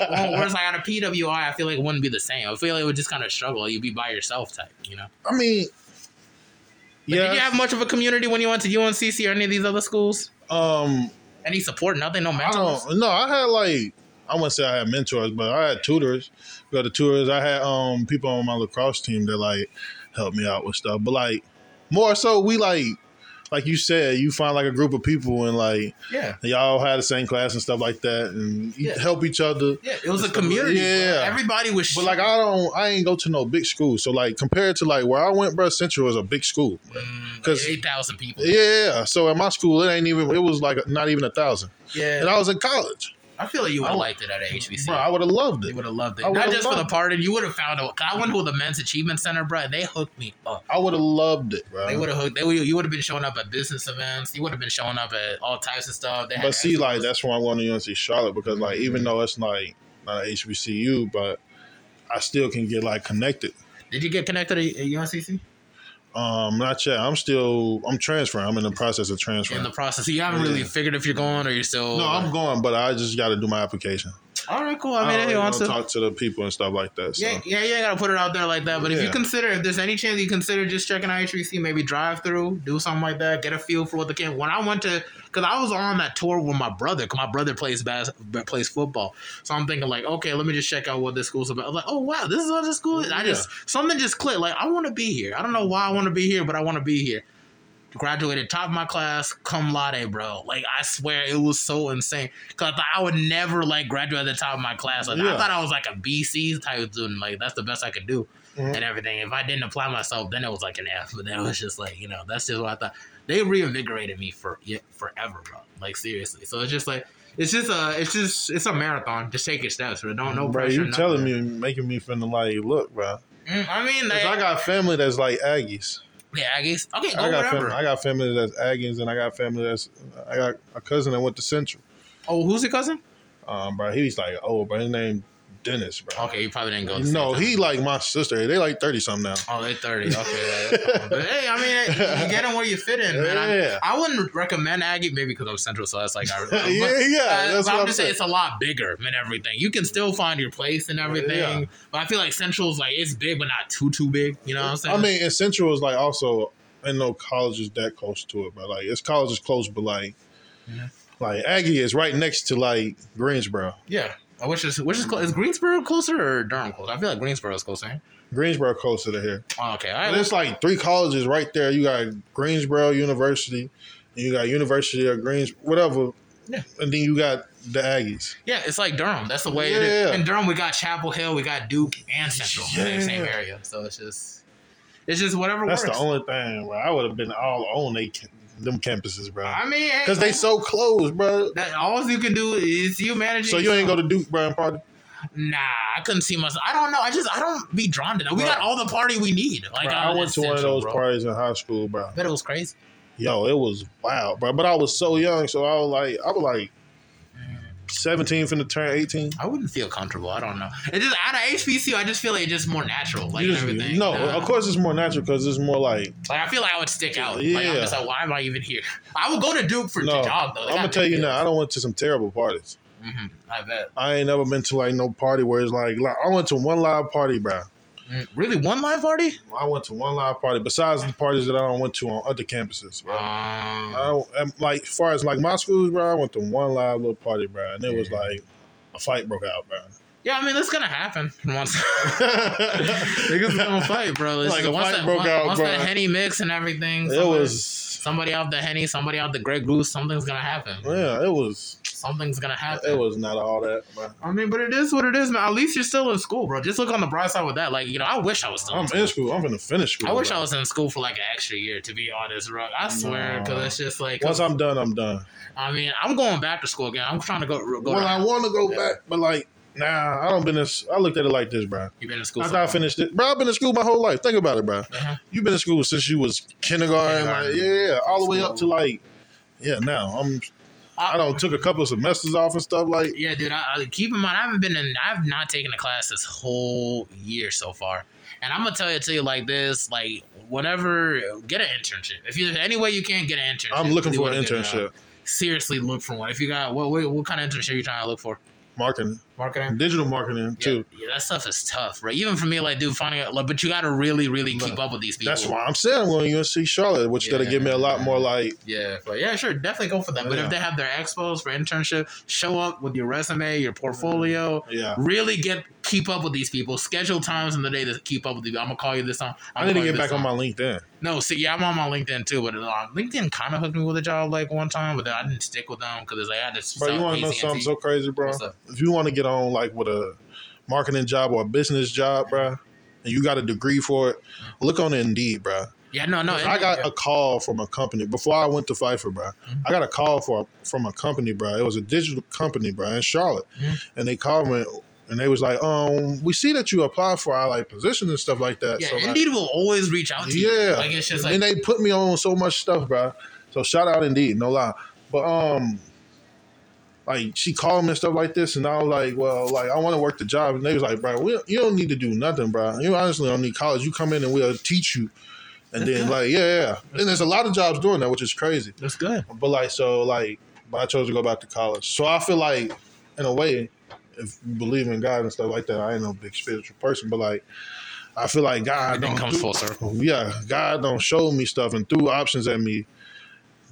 S1: Well, Whereas like at a PWI, I feel like it wouldn't be the same. I feel like it would just kind of struggle. You'd be by yourself, type. You know.
S2: I mean,
S1: But
S2: yeah.
S1: Did you have much of a community when you went to UNCC or any of these other schools?
S2: um,
S1: Any support? Nothing? No
S2: I
S1: mentors?
S2: don't. No, I had like I wouldn't say I had mentors, but I had tutors. Got the tutors. I had um people on my lacrosse team that like helped me out with stuff. But like more so, we like like you said, you find like a group of people and like
S1: Yeah.
S2: y'all had the same class and stuff like that, and you
S1: Yeah.
S2: help each other.
S1: Yeah, it was a community. bro.
S2: Yeah.
S1: Everybody was
S2: But like I don't, I ain't go to no big school. So like compared to like where I went, bro, Central is a big school. 'cause-
S1: 8,000 Mm, people.
S2: Yeah. So at my school, it ain't even. It was like not even a thousand.
S1: Yeah.
S2: And I was in college.
S1: I feel like you would
S2: I-
S1: have liked it at HBC.
S2: Bro, I would have loved
S1: you
S2: it.
S1: would have loved it.
S2: I would've
S1: Not just for the
S2: loved
S1: party. You would have found out. 'cause I went to the Men's Achievement Center, bro. They hooked me up.
S2: I would have loved it, bro.
S1: They would have hooked. They would. You would have been showing up at business events. You would have been showing up at all types of stuff. They had
S2: But see, like that's why I'm going to UNC Charlotte because like even though it's like not a HBCU, but I still can get like connected.
S1: Did you get connected at at UNCC?
S2: Um, not yet. I'm still I'm transferring. I'm in the process of
S1: In
S2: transferring.
S1: the process, so you haven't
S2: Yeah.
S1: really figured if you're going or you're still.
S2: no, I'm going, but I just got to do my application.
S1: All right, cool. I mean,
S2: don't
S1: if
S2: really
S1: he wants
S2: know,
S1: to.
S2: talk to the people and stuff like that. So.
S1: Yeah, yeah, you ain't gotta put it out there like that. But if you
S2: Yeah.
S1: consider, if there's any chance you consider just checking out HBC, maybe drive through, do something like that, get a feel for what the game. When I went to, because I was on that tour with my brother, because my brother plays bas- plays football, so I'm thinking like, okay, let me just check out what this school's about. I'm like, oh wow, this is what this school is. I just something just clicked. Like I want to be here. I don't know why I want to be here, but I want to be here. Graduated top of my class, cum laude, bro. Like I swear, it was so insane. Cause I thought I would never like graduate at the top of my class. Like I
S2: Yeah.
S1: thought I was like a BC type student. Like that's the best I could do
S2: Mhm.
S1: and everything. If I didn't apply myself, then it was like an F. But then it was just like you know, that's just what I thought. They reinvigorated me for yeah, forever, bro. Like seriously. So it's just like it's just a it's just it's a marathon. Just take your steps, bro. Don't no
S2: bro,
S1: pressure.
S2: you telling me, making me finna like look, bro.
S1: me? I mean, like,
S2: Cause I got family that's like Aggies.
S1: yeah, I guess. Okay, go
S2: I got
S1: whatever.
S2: family, I got family that's Aggies, and I got family that's I got a cousin that went to Central.
S1: oh, who's your cousin?
S2: Um, bro, he's like oh, bro, his name Dennis, bro.
S1: Okay, you probably didn't go. at the same
S2: No,
S1: time.
S2: he like my sister. They like thirty something now.
S1: Oh, they're 30. Okay. yeah, that's fine. but hey, I mean, you get them where you fit in, man. I-
S2: Yeah.
S1: I, wouldn't recommend Aggie, maybe because I'm central, so that's like, I,
S2: yeah,
S1: I'm-
S2: yeah.
S1: uh,
S2: That's
S1: but
S2: what
S1: I'm
S2: I'm
S1: just saying
S2: saying.
S1: it's a lot bigger and everything. You can still find your place and everything.
S2: Yeah.
S1: But I feel like Central's like it's big but not too too big. You know what I'm saying?
S2: I mean, and Central is like also I know college is that close to it, but like it's college is close, but like
S1: Mhm.
S2: like Aggie is right next to like Greensboro.
S1: yeah. I wish is which is clo- is Greensboro closer or Durham closer? I feel like Greensboro's closer.
S2: Greensboro closer to here.
S1: Oh, okay, all
S2: And
S1: right.
S2: there's like three colleges right there. You got Greensboro University, and you got University of Greens, whatever.
S1: Yeah.
S2: And then you got the Aggies.
S1: yeah, it's like Durham. That's the way. it
S2: Yeah,
S1: is.
S2: yeah.
S1: In Durham, we got Chapel Hill, we got Duke and Central in the same
S2: Yeah.
S1: area. So it's just it's just whatever
S2: That's
S1: works.
S2: the only thing, bro. I would have been all on they ca- them campuses, bro.
S1: I mean, hey,
S2: Cause they so close, bro.
S1: that all you can do is you manage.
S2: So you ain't go to Duke, bro, and party.
S1: Nah, I couldn't see myself. I don't know. I just I don't be drawn to that. We
S2: Bro.
S1: got all the party we need. Like
S2: Bro,
S1: out
S2: I
S1: in
S2: went to one of
S1: Central,
S2: those
S1: bro.
S2: parties in high school, bro.
S1: I bet it was crazy.
S2: Yo, it was wild, bro. But I was so young, so I was like, I was like seventeen finna turn eighteen.
S1: I wouldn't feel comfortable. I don't know. It just out of HBCU, I just feel like it's just more natural, like
S2: You just-
S1: everything.
S2: no,
S1: Nah.
S2: of course it's more natural because it's more like
S1: Like I feel like I would stick out. Like I'm
S2: Yeah.
S1: just like, why am I even here? I would go to Duke for the
S2: no.
S1: job though.
S2: I'm gonna tell you now, I don't went to some terrible parties.
S1: hmm I bet.
S2: I ain't never been to like no party where it's like, like I went to one live party, bro.
S1: Mm, Really, one live party?
S2: I went to one live party besides the parties that I don't went to on other campuses, bro. I
S1: Um,
S2: don't, I'm, like as far as like my schools, bro, I went to one live little party, bro, and it was like a fight broke out, bro.
S1: yeah, I mean that's gonna happen once. Niggas
S2: Niggas
S1: gonna fight, bro. It's
S2: Like,
S1: just-
S2: a
S1: once
S2: fight
S1: that,
S2: broke
S1: once,
S2: out,
S1: once
S2: bro.
S1: that henny mix and everything,
S2: It
S1: somebody-
S2: was,
S1: somebody out the henny, somebody out the Grey Goose. Something's gonna happen.
S2: yeah, it was,
S1: Something's gonna happen.
S2: it was not all that, bro.
S1: I mean, but it is what it is, man. At least you're still in school, bro. Just look on the bright side with that. Like, you know, I wish I was still.
S2: I'm
S1: in school.
S2: in school. I'm gonna finish school.
S1: I wish
S2: bro.
S1: I was in school for like an extra year, to be honest, bro. I swear,
S2: No.
S1: because it's just like,
S2: Once I'm done, I'm done.
S1: I mean, I'm going back to school again. I'm trying to go. go
S2: Well, I
S1: to,
S2: want to go
S1: Yeah.
S2: back, but like, nah, I don't been this. I looked at it like this, bro.
S1: you been in school.
S2: After I
S1: so long.
S2: finished it, bro, I've been in school my whole life. Think about it, bro.
S1: Uh-huh.
S2: You've been in school since you was kindergarten,
S1: Kindergarten.
S2: like, yeah, yeah, all the way up to like, yeah. Now I'm, I don't took a couple of semesters off and stuff like.
S1: Yeah, dude. I, I, keep in mind, I haven't been in. I've not taken a class this whole year so far. And I'm gonna tell it to you like this: like, whenever get an internship. If you any way you can get an internship,
S2: I'm looking
S1: you
S2: for
S1: wanna
S2: an
S1: get a job.
S2: internship,
S1: Seriously, look for one. If you got what, what what kind of internship you trying to look for?
S2: marketing,
S1: Marketing.
S2: digital marketing
S1: Yeah,
S2: too.
S1: yeah, that stuff is tough, right? Even for me, like, dude, finding out, like, but you got to really, really keep
S2: Look,
S1: up with these people.
S2: That's why I'm saying I'm going to UNC Charlotte, which that'll give me a lot more like.
S1: Yeah, but yeah, sure, definitely go for that. But
S2: Yeah.
S1: if they have their expos for internship, show up with your resume, your
S2: Mm-hmm.
S1: portfolio.
S2: Yeah,
S1: Really get keep up with these people. Schedule times in the day to keep up with you. I'm gonna call you this time.
S2: I need to get back on my LinkedIn.
S1: No, see, yeah, I'm on my LinkedIn too, but uh, LinkedIn kind of hooked me with a job like one time, but then I didn't stick with them because I had to.
S2: Bro, you want to know something so crazy, bro?
S1: What's up?
S2: If you want to get on like with a marketing job or a business job, bro, and you got a degree for it, look on Indeed, bro.
S1: Yeah, no, no,
S2: I got a call from a company before I went to Pfeiffer, bro.
S1: Mm-hmm.
S2: I got a call for from a company, bro. It was a digital company, bro, in Charlotte,
S1: Mhm.
S2: and they called me and they was like, "Um, we see that you applied for our like position and stuff like that."
S1: yeah.
S2: so, like,
S1: Indeed will always reach out to you.
S2: yeah,
S1: like it's just like
S2: and they put me on so much stuff, bro. So shout out Indeed, no lie. But um, like she called me and stuff like this, and I was like, well, like I want to work the job, and they was like, bro, we, you don't need to do nothing, bro. You honestly don't need college. You come in and we'll teach you, and then like yeah, yeah. And there's a lot of jobs doing that, which is crazy.
S1: that's good.
S2: But like so, like but I chose to go back to college. So I feel like in a way, if you believe in God and stuff like that, I ain't no big spiritual person, but like I feel like God
S1: Everything
S2: don't
S1: comes
S2: do-
S1: full circle.
S2: yeah, God don't show me stuff and threw options at me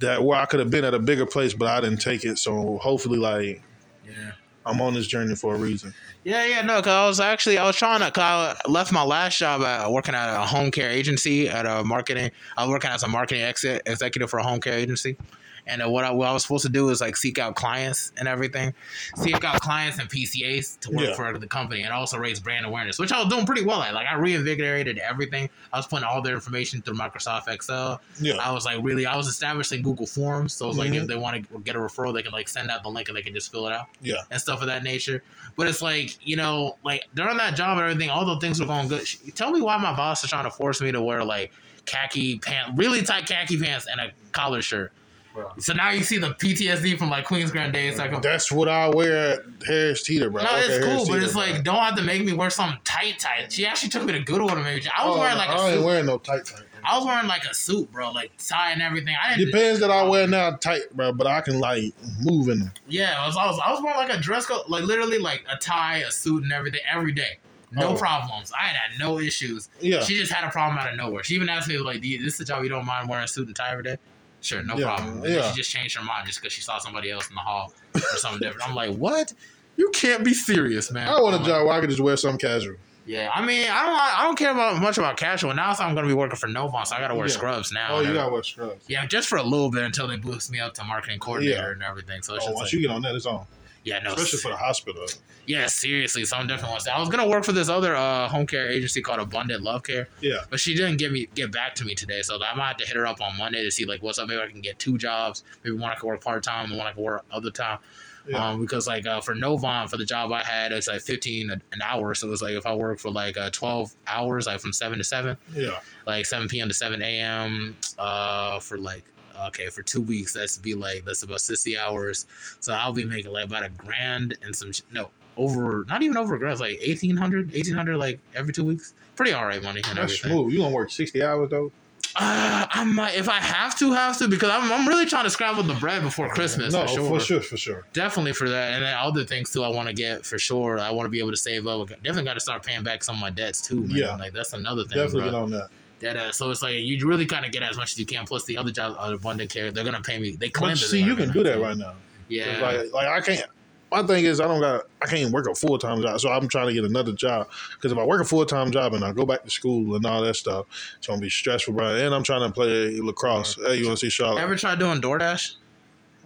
S2: that where I could have been at a bigger place, but I didn't take it. So hopefully, like
S1: Yeah.
S2: I'm on this journey for a reason.
S1: Yeah, yeah, no, cause I was actually I was trying to. Cause I left my last job at working at a home care agency at a marketing. I was working as a marketing ex- executive for a home care agency, and uh, what I what I was supposed to do is like seek out clients and everything, seek out clients and PCAs to work
S2: Yeah.
S1: for the company, and also raise brand awareness, which I was doing pretty well at. Like I reinvigorated everything. I was putting all their information through Microsoft Excel.
S2: Yeah,
S1: I was like, really, I was establishing Google Forms. So it's like,
S2: Mhm.
S1: if they want to get a referral, they can like send out the link and they can just fill it out.
S2: Yeah.
S1: And stuff of that nature. But it's like, you know, like during that job and everything, all the things were going good. Sh- Tell me why my boss is trying to force me to wear like khaki pants, really tight khaki pants and a collar shirt.
S2: Bro.
S1: So now you see the PTSD from like Queen's Grand Day. It's like, no,
S2: that's what I wear at Harris Teeter, bro. I work at
S1: it's
S2: Harris
S1: cool, but
S2: Teeter,
S1: it's
S2: bro.
S1: like, don't have to make me wear something tight, tight. She actually took me to Goodwill to make. I was
S2: Oh,
S1: wearing like a
S2: I ain't
S1: suit.
S2: wearing no tight tight.
S1: I was wearing like a suit, bro, like tie and everything. I didn't.
S2: Depends that I wear now tight, bro, but I can like move in them.
S1: Yeah, I was, I was I was wearing like a dress code, like literally like a tie, a suit, and everything every day. No
S2: Oh.
S1: problems. I had no issues.
S2: Yeah,
S1: She just had a problem out of nowhere. She even asked me like, "Do you- "This is the job you don't mind wearing a suit and tie every day?" Sure, no
S2: Yeah,
S1: problem. And then
S2: yeah.
S1: She just changed her mind just because she saw somebody else in the hall or something different. I'm like, "What? You can't be serious, man."
S2: I want
S1: I'm
S2: a
S1: like,
S2: job where I can just wear something casual.
S1: Yeah, I mean, I don't I don't care about much about casual. Now so I'm gonna be working for Novon, so I gotta wear
S2: Yeah.
S1: scrubs now.
S2: Oh,
S1: and
S2: you
S1: everything.
S2: gotta wear scrubs.
S1: yeah, just for a little bit until they boost me up to marketing coordinator and everything. So it's
S2: Oh,
S1: just
S2: once
S1: like,
S2: you get on that, it's on.
S1: yeah, no,
S2: Especially for the hospital.
S1: Yeah, seriously. So I'm definitely want to. I was gonna work for this other uh, home care agency called Abundant Love Care,
S2: Yeah.
S1: but she didn't get me get back to me today. So I might have to hit her up on Monday to see like what's up. Maybe I can get two jobs. Maybe one I can work part time and one I can work other time.
S2: Yeah.
S1: Um, because like uh, for Novon for the job I had, it's like 15 an an hour. So it's like if I work for like uh, 12 hours, like from seven to seven,
S2: Yeah.
S1: like 7 p.m. to 7 a.m. Uh, for like okay for two weeks. That's be like that's about 60 hours. So I'll be making like about a grand and some sh- no over not even over a grand it's like 1800 1800 like every two weeks. Pretty all right money and
S2: That's
S1: everything.
S2: smooth. You gonna work sixty hours though?
S1: Uh, I might if I have to have to because I'm, I'm really trying to scramble the bread before Christmas
S2: no,
S1: for sure.
S2: for sure, for sure.
S1: Definitely for that, and then other things too. I want to get for sure. I want to be able to save up. Definitely got to start paying back some of my debts too. Man.
S2: Yeah.
S1: like that's another thing.
S2: Definitely
S1: bro.
S2: get on that.
S1: That uh, so it's like you really kind of get as much as you can. Plus the other job, uh, one that care, they're gonna pay me. They claim
S2: But
S1: that
S2: see,
S1: they're
S2: you
S1: gonna
S2: can do
S1: pay
S2: that
S1: me.
S2: right now. 'Cause,
S1: Yeah,
S2: Like, like I can't. My thing is, I don't got. I can't work a full time job, so I'm trying to get another job. Because if I work a full time job and I go back to school and all that stuff, it's gonna be stressful, bro. And I'm trying to play lacrosse. Hey, you want to see Charlotte?
S1: ever tried doing DoorDash?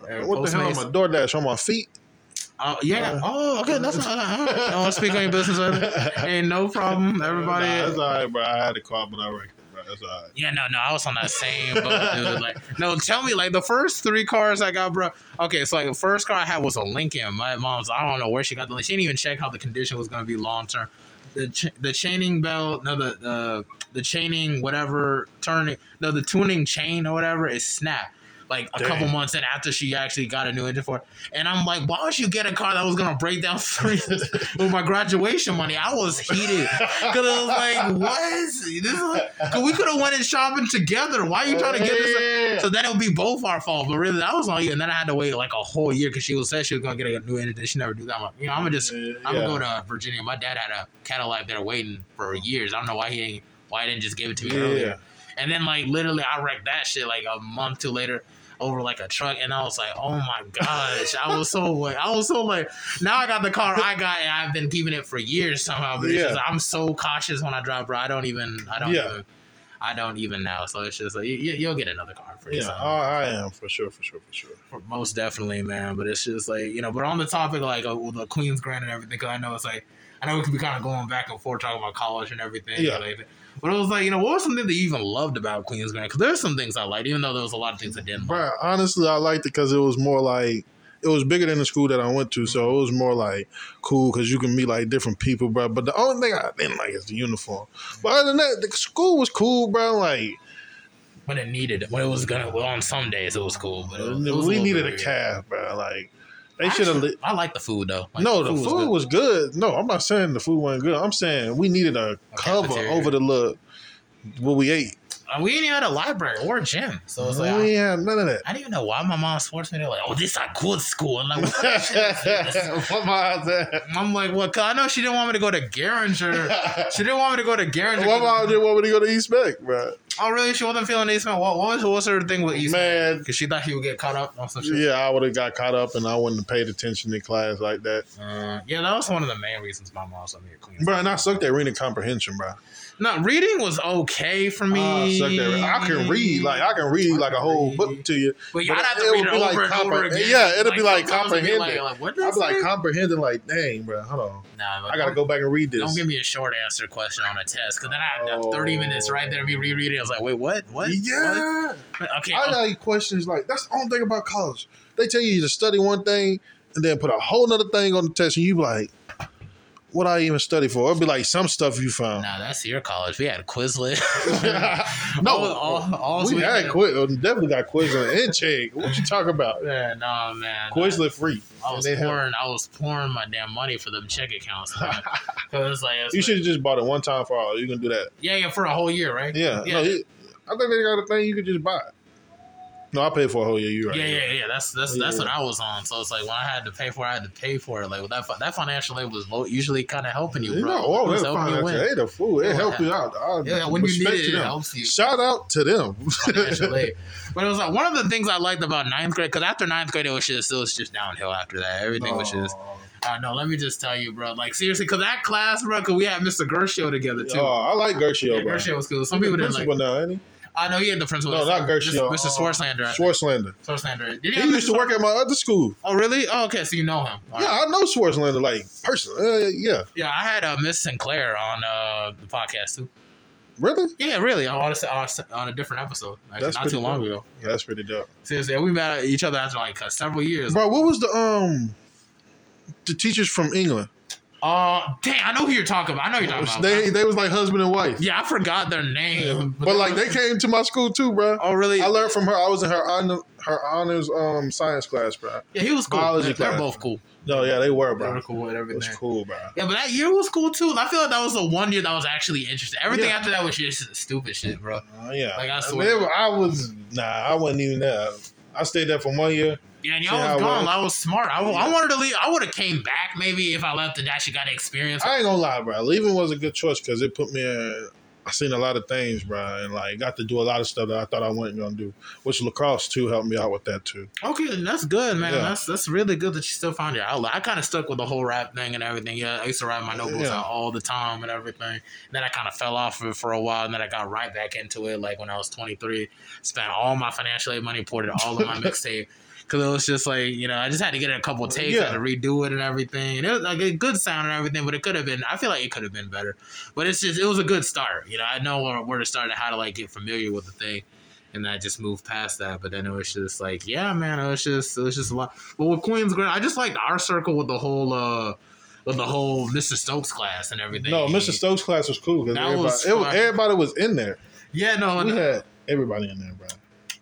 S1: Or
S2: uh, what the hell? am
S1: Postmates?
S2: I DoorDash on my feet.
S1: Oh yeah.
S2: Uh,
S1: oh okay, that's not. I don't- I don't want to speak on your business. Either. Ain't no problem. Everybody.
S2: Nah, it's all right, bro. I had a call, but I wrecked it, bro. It's all right.
S1: Yeah, no, no, I was on that same boat, dude. Like, no, tell me, like, the first three cars I got, bro. Okay, so like the first car I had was a Lincoln. My mom's, I don't know where she got the. She didn't even check how the condition was gonna be long term. The ch- the chaining belt, no, the the the chaining whatever turning, no, the tuning chain or whatever is snapped. Like a
S2: Dang.
S1: couple months in after she actually got a new engine for it. And I'm like, why would you get a car that was gonna break down three with my graduation money? I was heated. Cause I was like, what? This is like, cause we could have went in shopping together. Why are you trying to get this?
S2: Yeah.
S1: So then it would be both our fault. But really, that was on you. And then I had to wait like a whole year because she was said she was gonna get a new engine. She never do that. I'm like, you know, I'm gonna just,
S2: Yeah.
S1: I'm gonna go to Virginia. My dad had a Cadillac there waiting for years. I don't know why he ain't, why he didn't just give it to me earlier. And then like literally, I wrecked that shit like a month two later over like a truck, and I was like, oh my gosh, I was so like, I was so like, now I got the car I got, and I've been keeping it for years somehow. But it's
S2: Yeah.
S1: just, I'm so cautious when I drive, bro. I don't even, I don't
S2: Yeah.
S1: even. I don't even now, so it's just like you, you- you'll get another car for
S2: Yeah,
S1: yourself.
S2: I, I am for sure, for sure, for sure.
S1: Most definitely, man. But it's just like you know. But on the topic, like uh, with the Queen's Grant and everything, because I know it's like I know we could be kind of going back and forth talking about college and everything.
S2: Yeah.
S1: Like, but it was like you know, what was something that you even loved about Queen's Grant? Because there's some things I liked, even though there was a lot of things I didn't. like.
S2: Bro, honestly, I liked it because it was more like it was bigger than the school that I went to, so it was more like cool because you can meet like different people, bro. But the only thing I didn't like is the uniform. But other than that, the school was cool, bro. Like
S1: When it needed, when it was gonna. Well, on some days it was cool, but it was, it was
S2: we
S1: little
S2: needed
S1: bit
S2: a
S1: weird.
S2: cab, bro. Like they should have.
S1: Actually, I like the food though. Like,
S2: no, the food,
S1: good.
S2: was, good. No, I'm not saying the food wasn't good. I'm saying we needed a, cover
S1: cafeteria.
S2: over the look what we ate.
S1: Uh, We didn't even have a library or a gym, so it's like I-
S2: we had none of that.
S1: I didn't even know why my mom forced me. They're like, "Oh, this is a good school." I'm like, what kind of shit is this?
S2: What about that?
S1: I'm like, "Well, 'cause I know she didn't want me to go to Geringer. she didn't want me to go to Geringer.
S2: What about did want me to go to East Beck, bro?
S1: oh, really? She wasn't feeling Eastman. What, what was what was her thing with Eastman?
S2: Man,
S1: Because she thought he would get caught up on some shit.
S2: yeah, I would have got caught up and I wouldn't have paid attention in class like that,
S1: Uh, yeah, that was one of the main reasons my mom's let me at Queens.
S2: bro. And I sucked at reading comprehension, bro.
S1: No, reading was okay for me.
S2: I sucked at. re- I can Ah, read, like I can read like a whole book to you.
S1: but yeah,
S2: but
S1: I'd have
S2: it
S1: to read
S2: would
S1: it
S2: be
S1: over
S2: like
S1: and over
S2: compre-
S1: again.
S2: yeah, it'd be like
S1: sometimes it'd be Like,
S2: comprehending.
S1: like, what
S2: I'd
S1: does
S2: be like
S1: it?
S2: comprehending, like, dang, bro, hold on,
S1: Nah, like,
S2: I gotta go back and read
S1: Don't
S2: this.
S1: give me a short answer question on a test, because then I have 30
S2: Oh.
S1: minutes right there to be rereading. I was like, wait, what? What?
S2: Yeah,
S1: What? Okay. oh,
S2: I like questions like that's the only thing about college. They tell you to study one thing and then put a whole nother thing on the test, and you be like, what I even study for? It'd be like some stuff you found.
S1: Now that's your college. We had Quizlet.
S2: no,
S1: all, all, all
S2: we had quiz. Definitely got Quizlet and check. What you talking about?
S1: Yeah, no man.
S2: Quizlet free.
S1: I was
S2: And they help.
S1: pouring. I was pouring my damn money for them check accounts. man. Cause like, it's
S2: You
S1: like-
S2: should have just bought it one time for all. You can do that.
S1: Yeah, yeah, for a whole year, right?
S2: Yeah.
S1: yeah,
S2: No, it- I think they got a thing you could just buy. No, I paid for a whole year. You right? Oh,
S1: yeah, yeah, yeah. That's that's that's
S2: Yeah.
S1: what I was on. So it's like when I had to pay for, it, I had to pay for it. Like with that fi- that financial aid was low, usually kind of helping you,
S2: You
S1: bro.
S2: know, oh,
S1: It was
S2: that's
S1: helping you
S2: fine.
S1: win.
S2: That's hey, the fool. It
S1: Oh, Yeah.
S2: helped you out. I
S1: Yeah, when you
S2: respect
S1: need it, it
S2: them.
S1: helps you.
S2: Shout out to them.
S1: financial aid. But it was like one of the things I liked about ninth grade, because after ninth grade, it was just it was just downhill after that. Everything was just.
S2: Oh,
S1: Uh, no, let me just tell you, bro. Like seriously, because that class, bro, because we had Mr. Gershio together too.
S2: oh, I like
S1: yeah,
S2: Gershio, bro.
S1: Gershio was cool. Some people didn't like.
S2: Principal now, ain't he?
S1: I know he had the principal.
S2: No, not Gershio.
S1: Mr.
S2: Oh,
S1: Schwartzlander.
S2: Schwartzlander.
S1: Schwartzlander. Did
S2: He
S1: have
S2: used to
S1: Mr.
S2: work at my other school.
S1: Oh, really? Oh, okay. So you know him. All
S2: Yeah,
S1: right.
S2: I know Schwartzlander, like, personally. Uh, yeah.
S1: Yeah, I had uh, Miss Sinclair on uh, the podcast too.
S2: Really?
S1: Yeah, really. On a, on a- on a different episode, actually,
S2: That's
S1: not
S2: pretty
S1: too long
S2: cool.
S1: ago.
S2: Yeah, that's pretty dope.
S1: Seriously, we met each other after like uh, several years.
S2: Bro, what was the um the teachers from England?
S1: Uh, dang, I know who you're talking about. I know who you're talking about.
S2: They they was like husband and wife.
S1: yeah, I forgot their name.
S2: But like they came to my school too, bro.
S1: oh really?
S2: I learned from her. I was in her honor, her honors um science class, bro.
S1: yeah, he was cool.
S2: biology
S1: They're
S2: class.
S1: both cool.
S2: No, yeah, they were,
S1: They
S2: bro.
S1: were cool and
S2: It was
S1: everything.
S2: cool, bro.
S1: Yeah, but that year was cool too. I feel like that was the one year that was actually interesting. Everything
S2: Yeah.
S1: after that was just stupid shit, bro.
S2: Uh, yeah,
S1: Like, I
S2: I,
S1: swear.
S2: mean, it wa- I was nah, I wasn't even there. I stayed there for one year.
S1: Yeah, and
S2: See
S1: y'all
S2: how
S1: was
S2: it
S1: gone.
S2: was?
S1: I was smart. I, I
S2: Yeah.
S1: wanted to leave. I would have came back maybe if I left and actually got to experience.
S2: I ain't gonna lie, bro. Leaving was a good choice because it put me in. I seen a lot of things, bro, and like got to do a lot of stuff that I thought I wasn't gonna do. Which lacrosse too helped me out with that too.
S1: Okay, and that's good, man.
S2: Yeah.
S1: That's that's really good that you still found your outlet. I kind of stuck with the whole rap thing and everything. Yeah, I used to write my notebooks
S2: Yeah.
S1: out all the time and everything. then I kind of fell off of it for a while, and then I got right back into it. Like when I was 23, spent all my financial aid money, poured it all in my mixtape. Cause it was just like you know, I just had to get a
S2: Uh,
S1: couple takes, I had to redo it and everything. And it was like a good sound and everything, but it could have been. I feel like it could have been better, but it's just it was a good start. You know, I know where, where to start and how to like get familiar with the thing and I just moved past that. But then it was just like, yeah, man, it was just it was just a lot. But with Queens Grand, I just liked our circle with the whole uh with the whole Mr. Stokes class and everything.
S2: No, Mr. Stokes' class was cool because
S1: That
S2: everybody,
S1: was
S2: it was,
S1: fun.
S2: everybody was in there.
S1: Yeah, no, and
S2: We had everybody in there, bro.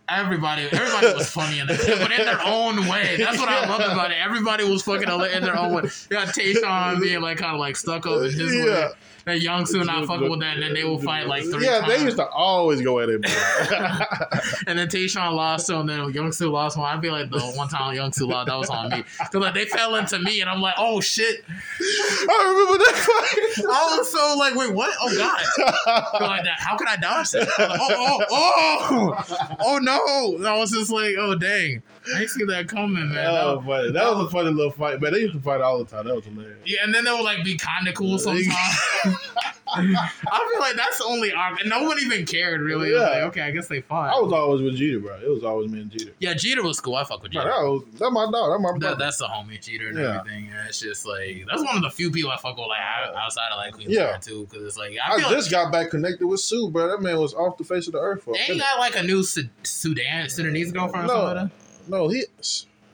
S1: everybody everybody was funny in the, but in their own way. That's what I love about it. Everybody was fucking in their own way. You got Tayshawn being like kind of like stuck up in his way.
S2: Yeah,
S1: That Young Soo not fucking with that, and then they will fight like three
S2: Yeah,
S1: times.
S2: they used to always go at it, bro.
S1: And then Tayshawn lost, so and then Young Soo lost one. I feel like the one time Young Soo lost, that was on me. Cause like they fell into me, and I'm like, oh shit.
S2: I remember that fight.
S1: I was so like, wait, what? Oh god! They're like that. How can I dodge that? I was like, oh, oh, oh, oh no! And I was just like, oh dang, I didn't see that coming, man. That
S2: Oh,
S1: was-
S2: funny. That was a funny little fight, man. They used to fight all the time. That was hilarious.
S1: yeah, and then they would like be kind of cool sometimes. I feel like that's only our, and no one even cared really. It was
S2: Yeah. Oh.
S1: like, okay, I guess they fought.
S2: I was always with Jeter, bro. It was always me and Jeter.
S1: yeah, Jeter was cool. I fuck with
S2: Bro,
S1: Jeter.
S2: that was, that's my dog. That's my brother.
S1: That, that's the homie cheater and
S2: Yeah.
S1: everything. And it's just like that's one of the few people I fuck with like out- outside of like Queens
S2: Yeah.
S1: Land, too, because it's like I
S2: I
S1: feel
S2: just got back connected with Sue, bro. That man was off the face of the earth for a
S1: like, they ain't
S2: minute.
S1: got like a new Sud- Sudan Sudanese girlfriend or
S2: No.
S1: something. like that?
S2: No, he.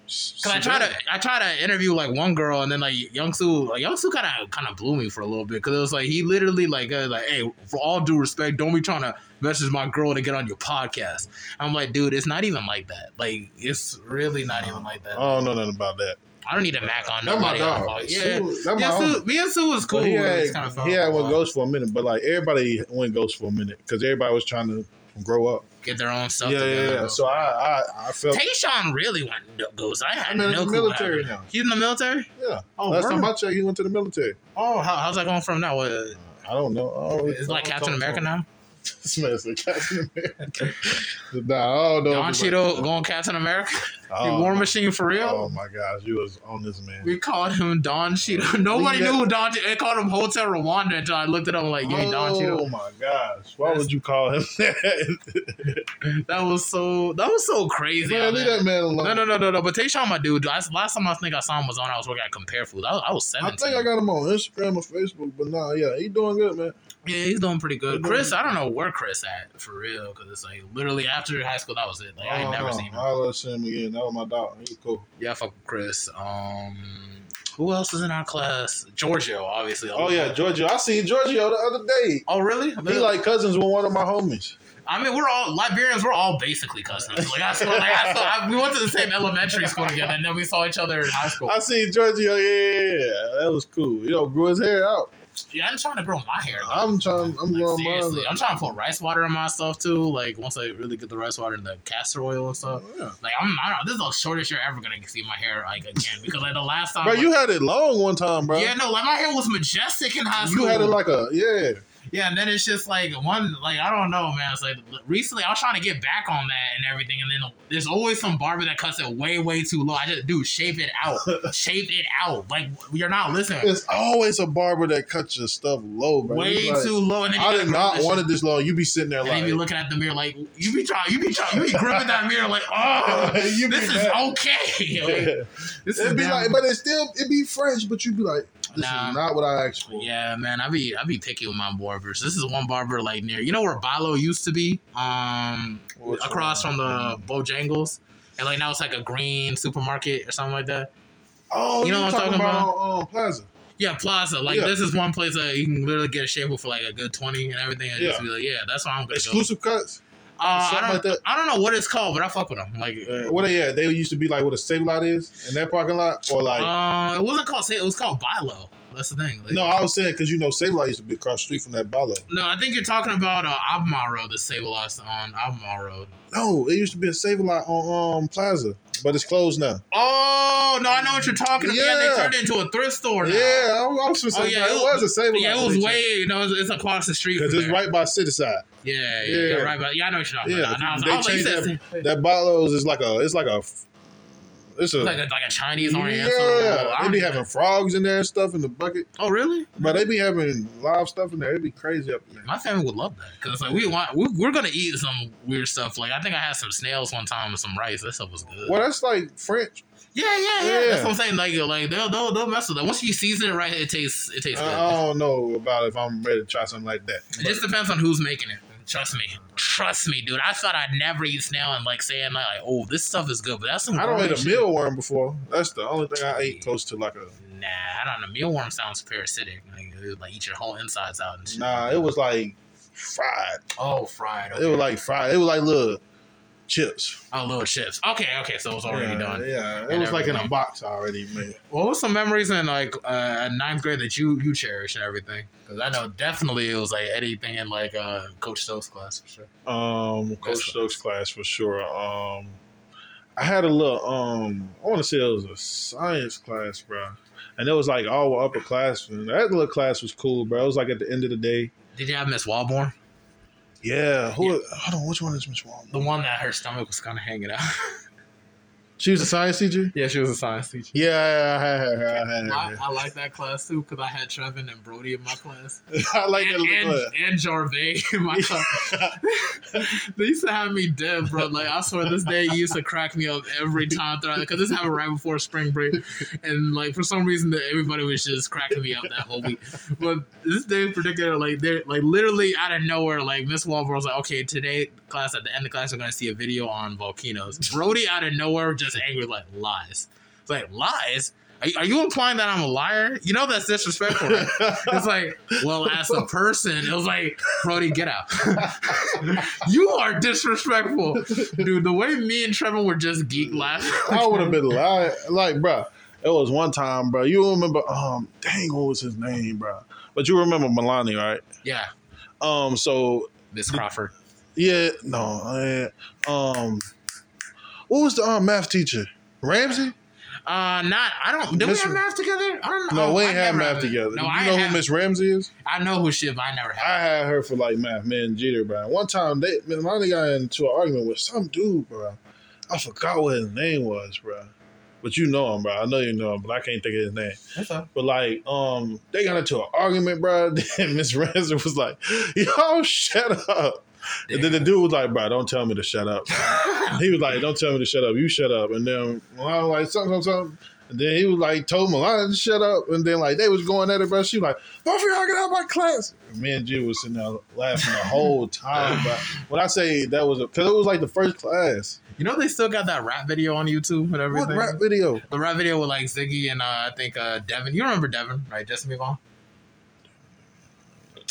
S2: Cause
S1: Cause I try to I try to interview like one girl and then like Young Soo like Young Soo kind of kind of blew me for a little bit because it was like he literally like uh, like hey for all due respect don't be trying to message my girl to get on your podcast I'm like dude it's not even like that like it's really not even like that
S2: I don't know nothing about that.
S1: I don't need to mac on
S2: That's my
S1: nobody
S2: dog.
S1: Oh, yeah
S2: Sue, that's
S1: yeah
S2: my homie.
S1: Sue, me and Sue was cool
S2: But he
S1: it was
S2: had,
S1: kinda
S2: he
S1: fun.
S2: had went ghost for a minute, but like everybody went ghost for a minute because everybody was trying to grow up.
S1: get their own stuff
S2: yeah,
S1: together.
S2: yeah, yeah. So I, I, I felt.
S1: Tayshawn really went no- goes. I had
S2: I'm in
S1: no
S2: the
S1: clue what
S2: military
S1: happened.
S2: now.
S1: He's in the military.
S2: Yeah.
S1: Oh,
S2: Last
S1: word.
S2: time I checked, he went to the military.
S1: oh, how, how's that going from now? What, is
S2: I don't know. I don't really-
S1: it like
S2: I don't
S1: Captain
S2: Oh, talk
S1: America
S2: to him.
S1: now?
S2: This man's like Captain America. nah, I don't know.
S1: Don
S2: if it's like-
S1: Cheadle going Captain America?
S2: Oh,
S1: War
S2: my-
S1: Machine for real?
S2: Oh my gosh, you was on this man.
S1: We called him Don Cheadle. Nobody
S2: Leave
S1: knew who Don. Cheadle- They called him Hotel Rwanda until I looked it up. Like, yeah, Don
S2: Oh
S1: Cheadle.
S2: my gosh, why would you call him that?
S1: That was so. That was so crazy.
S2: man,
S1: out
S2: leave
S1: there.
S2: that man alone.
S1: No, no, no, no, no. But Tayshawn, my dude. Last, last time I think I saw him was on. I was working at Compare Food. I, was- I was
S2: I
S1: seventeen.
S2: think I got him on Instagram or Facebook, but nah, yeah, he doing good, man.
S1: Yeah, he's doing pretty good.
S2: He's doing-
S1: Chris, I don't know where Chris at for real, because it's like literally after high school, that was it. Like I ain't
S2: don't
S1: never
S2: know.
S1: seen him.
S2: I love Oh, him again. That was my dog. He cool.
S1: Yeah, I fuck with Chris. Um, who else is in our class? Giorgio, obviously.
S2: Oh yeah, Giorgio. I seen Giorgio the other day.
S1: Oh really?
S2: He like cousins with one of my homies.
S1: I mean, we're all Liberians. We're all basically cousins. Like I saw, like I saw, I, we went to the same elementary school together, and then we saw each other in high school.
S2: I seen Giorgio. Yeah, yeah, yeah. that was cool. You know, grew his hair out.
S1: Yeah, I'm trying to grow my hair. though.
S2: I'm trying. I'm
S1: Like,
S2: growing
S1: seriously,
S2: mine.
S1: I'm trying to put rice water in my stuff too. Like once I really get the rice water and the castor oil and stuff.
S2: Yeah.
S1: Like I'm, I don't know. This is the shortest you're ever gonna see my hair like again because like the last time,
S2: Bro, you had it long one time, bro.
S1: yeah, no, like my hair was majestic in high school.
S2: you had it like a yeah.
S1: yeah, and then it's just like one, like I don't know, man. It's like recently I was trying to get back on that and everything, and then there's always some barber that cuts it way, way too low. I just dude, shave it out, shave it out. Like you're not listening.
S2: It's always a barber that cuts your stuff low, bro.
S1: Way
S2: It's like,
S1: too low, and then you
S2: I
S1: gotta
S2: did
S1: grow
S2: not
S1: this
S2: want
S1: shit.
S2: it this long. You be sitting there
S1: And then
S2: like,
S1: you be looking at the mirror like you be trying, you be trying, you be gripping that mirror like, oh,
S2: You be
S1: this is
S2: mad.
S1: okay. Like,
S2: it'd
S1: this is
S2: be
S1: damn-
S2: like, but it's still it'd be fresh, but you'd be like, this
S1: Nah.
S2: is not what I asked for.
S1: Yeah, man, I be I be picky with my barbers. This is one barber like near you know where Bilo used to be, um,
S2: Which
S1: across
S2: one?
S1: from the Bojangles, and like now it's like a green supermarket or something like that.
S2: Oh, you know what I'm talking about? on, um, Plaza.
S1: Yeah, Plaza. Like
S2: Yeah.
S1: this is one place that you can literally get a shampoo for like a good twenty and everything, and just
S2: Yeah.
S1: be like, yeah, that's why I'm gonna
S2: Exclusive cuts.
S1: go. Uh, I
S2: something
S1: don't
S2: like that.
S1: I don't know what it's called, but I fuck with them. Like.
S2: Uh, what? Yeah, they used to be like what a state lot is in that parking lot, or like.
S1: Uh, it wasn't called Say. It was called Bilo. That's the thing. Like,
S2: no, I was saying because you know, Save Lot used to be across the street from that Bala.
S1: no, I think you're talking about uh, Albemarle Road, the Save Lost on Albemarle Road.
S2: No, it used to be a Save Lot on um, Plaza, but it's closed now.
S1: Oh no, I know what you're talking about. Yeah,
S2: Yeah.
S1: they turned it into a thrift store. Now.
S2: Yeah, I was gonna say
S1: Oh, yeah,
S2: it,
S1: it
S2: was a Save Lot.
S1: yeah, it was way. No, it's, it's across the street.
S2: because
S1: from
S2: it's
S1: there.
S2: right by City Side.
S1: Yeah, yeah,
S2: Yeah.
S1: yeah, right. But yeah, I know what you're talking
S2: Yeah,
S1: about. And I was,
S2: they
S1: I was like, oh,
S2: changed
S1: this-
S2: that- That Balos is like a, it's like a, it's a,
S1: it's like a, like a Chinese Oriental.
S2: yeah.
S1: oh, I
S2: They
S1: don't
S2: be
S1: know.
S2: having frogs in there and stuff in the bucket,
S1: Oh really?
S2: but they be having live stuff in there. It'd be crazy up there.
S1: My family would love that because like we want we, we're gonna eat some weird stuff. Like I think I had some snails one time and some rice. That stuff was good.
S2: Well, that's like French.
S1: Yeah, yeah, yeah,
S2: Yeah.
S1: That's what I'm saying. Like, like they'll they'll, they'll mess with that. Once you season it right, it tastes it tastes
S2: I I don't know about if I'm ready to try something like that.
S1: good. It just depends on who's making it. Trust me, trust me, dude. I thought I'd never eat snail and like saying like, like, oh, this stuff is good, but that's some.
S2: I don't
S1: grown
S2: eat a
S1: shit.
S2: mealworm before. That's the only thing I ate close to like a.
S1: Nah, I don't know. Mealworm sounds parasitic. Like, it would, like eat your whole insides out and shit.
S2: Nah, it was like fried.
S1: Oh, fried.
S2: It
S1: Okay.
S2: was like fried. It was like little chips.
S1: Oh, little chips. Okay, okay. So it was already
S2: yeah,
S1: done.
S2: Yeah, it
S1: And
S2: was like in a
S1: everything.
S2: box already, man.
S1: What was some memories in like uh, ninth grade that you you cherish and everything? Because I know definitely it was like anything in like uh, Coach Stokes' class for sure.
S2: Um,
S1: That's
S2: Coach Stokes class for sure. Um, I had a little. Um, I want to say it was a science class, bro. And it was like all upperclassmen. That little class was cool, bro. It was like at the end of the day.
S1: Did you have Miss Walborn?
S2: Yeah. Who? Hold on. Which one is Miss Wong?
S1: The one that her stomach was kind of hanging out.
S2: She was a science teacher.
S1: yeah, she was a science teacher.
S2: Yeah, I had her. I had her.
S1: I, I like that class too because I had Trevin and Brody in my class,
S2: I like
S1: and,
S2: that
S1: and,
S2: little.
S1: and Jarvey in my class. they used to have me dead, bro. Like I swear, this day used to crack me up every time throughout because this happened right before spring break, and like for some reason that everybody was just cracking me up that whole week. But this day in particular, like they're like literally out of nowhere, like Miss Walborough was like, "Okay, today class at the end of class, we're gonna see a video on volcanoes." Brody out of nowhere, just angry, like lies, It's like lies. Are you, are you implying that I'm a liar? You know that's disrespectful. Right? It's like, well, as a person, it was like, Brody, get out. you are disrespectful, dude. The way me and Trevor were just geek laughing.
S2: I would have been lying. Like, bro, it was one time, bro. You remember? Um, dang, what was his name, bro? But you remember Milani, right?
S1: Yeah,
S2: Um, so
S1: Miss Crawford.
S2: Yeah, no. I, um, what was the um, math teacher? Ramsey?
S1: Uh, not. I don't. Do we
S2: Miss-
S1: have math together? I don't know.
S2: No, we
S1: Oh, I
S2: ain't have
S1: never
S2: math
S1: it.
S2: together.
S1: No,
S2: you
S1: I
S2: know
S1: have,
S2: who Miss Ramsey is?
S1: I know who shit, but I never
S2: I
S1: had.
S2: had her for like math, man, Jeter, bro. One time, they, man, I only got into an argument with some dude, bro. I forgot what his name was, bro. But you know him, bro. I know you know him, but I can't think of his name.
S1: That's all.
S2: But like, um, they got into an argument, bro. Then Miss Ramsey was like, "Yo, shut up." And then the dude was like, "Bro, don't tell me to shut up." he was like, "Don't tell me to shut up. You shut up." And then Milan was like, "Something, something, something." And then he was like, "Told Milan to shut up." And then like they was going at it, bro. She was like, "Both of y'all get out of my class." And me and G was sitting there laughing the whole time. But when I say that was because it was like the first class.
S1: you know they still got that rap video on YouTube and
S2: What
S1: everything.
S2: rap video?
S1: The rap video with like Ziggy and uh, I think uh, Devin. You remember Devin, right? Justin Vaughn.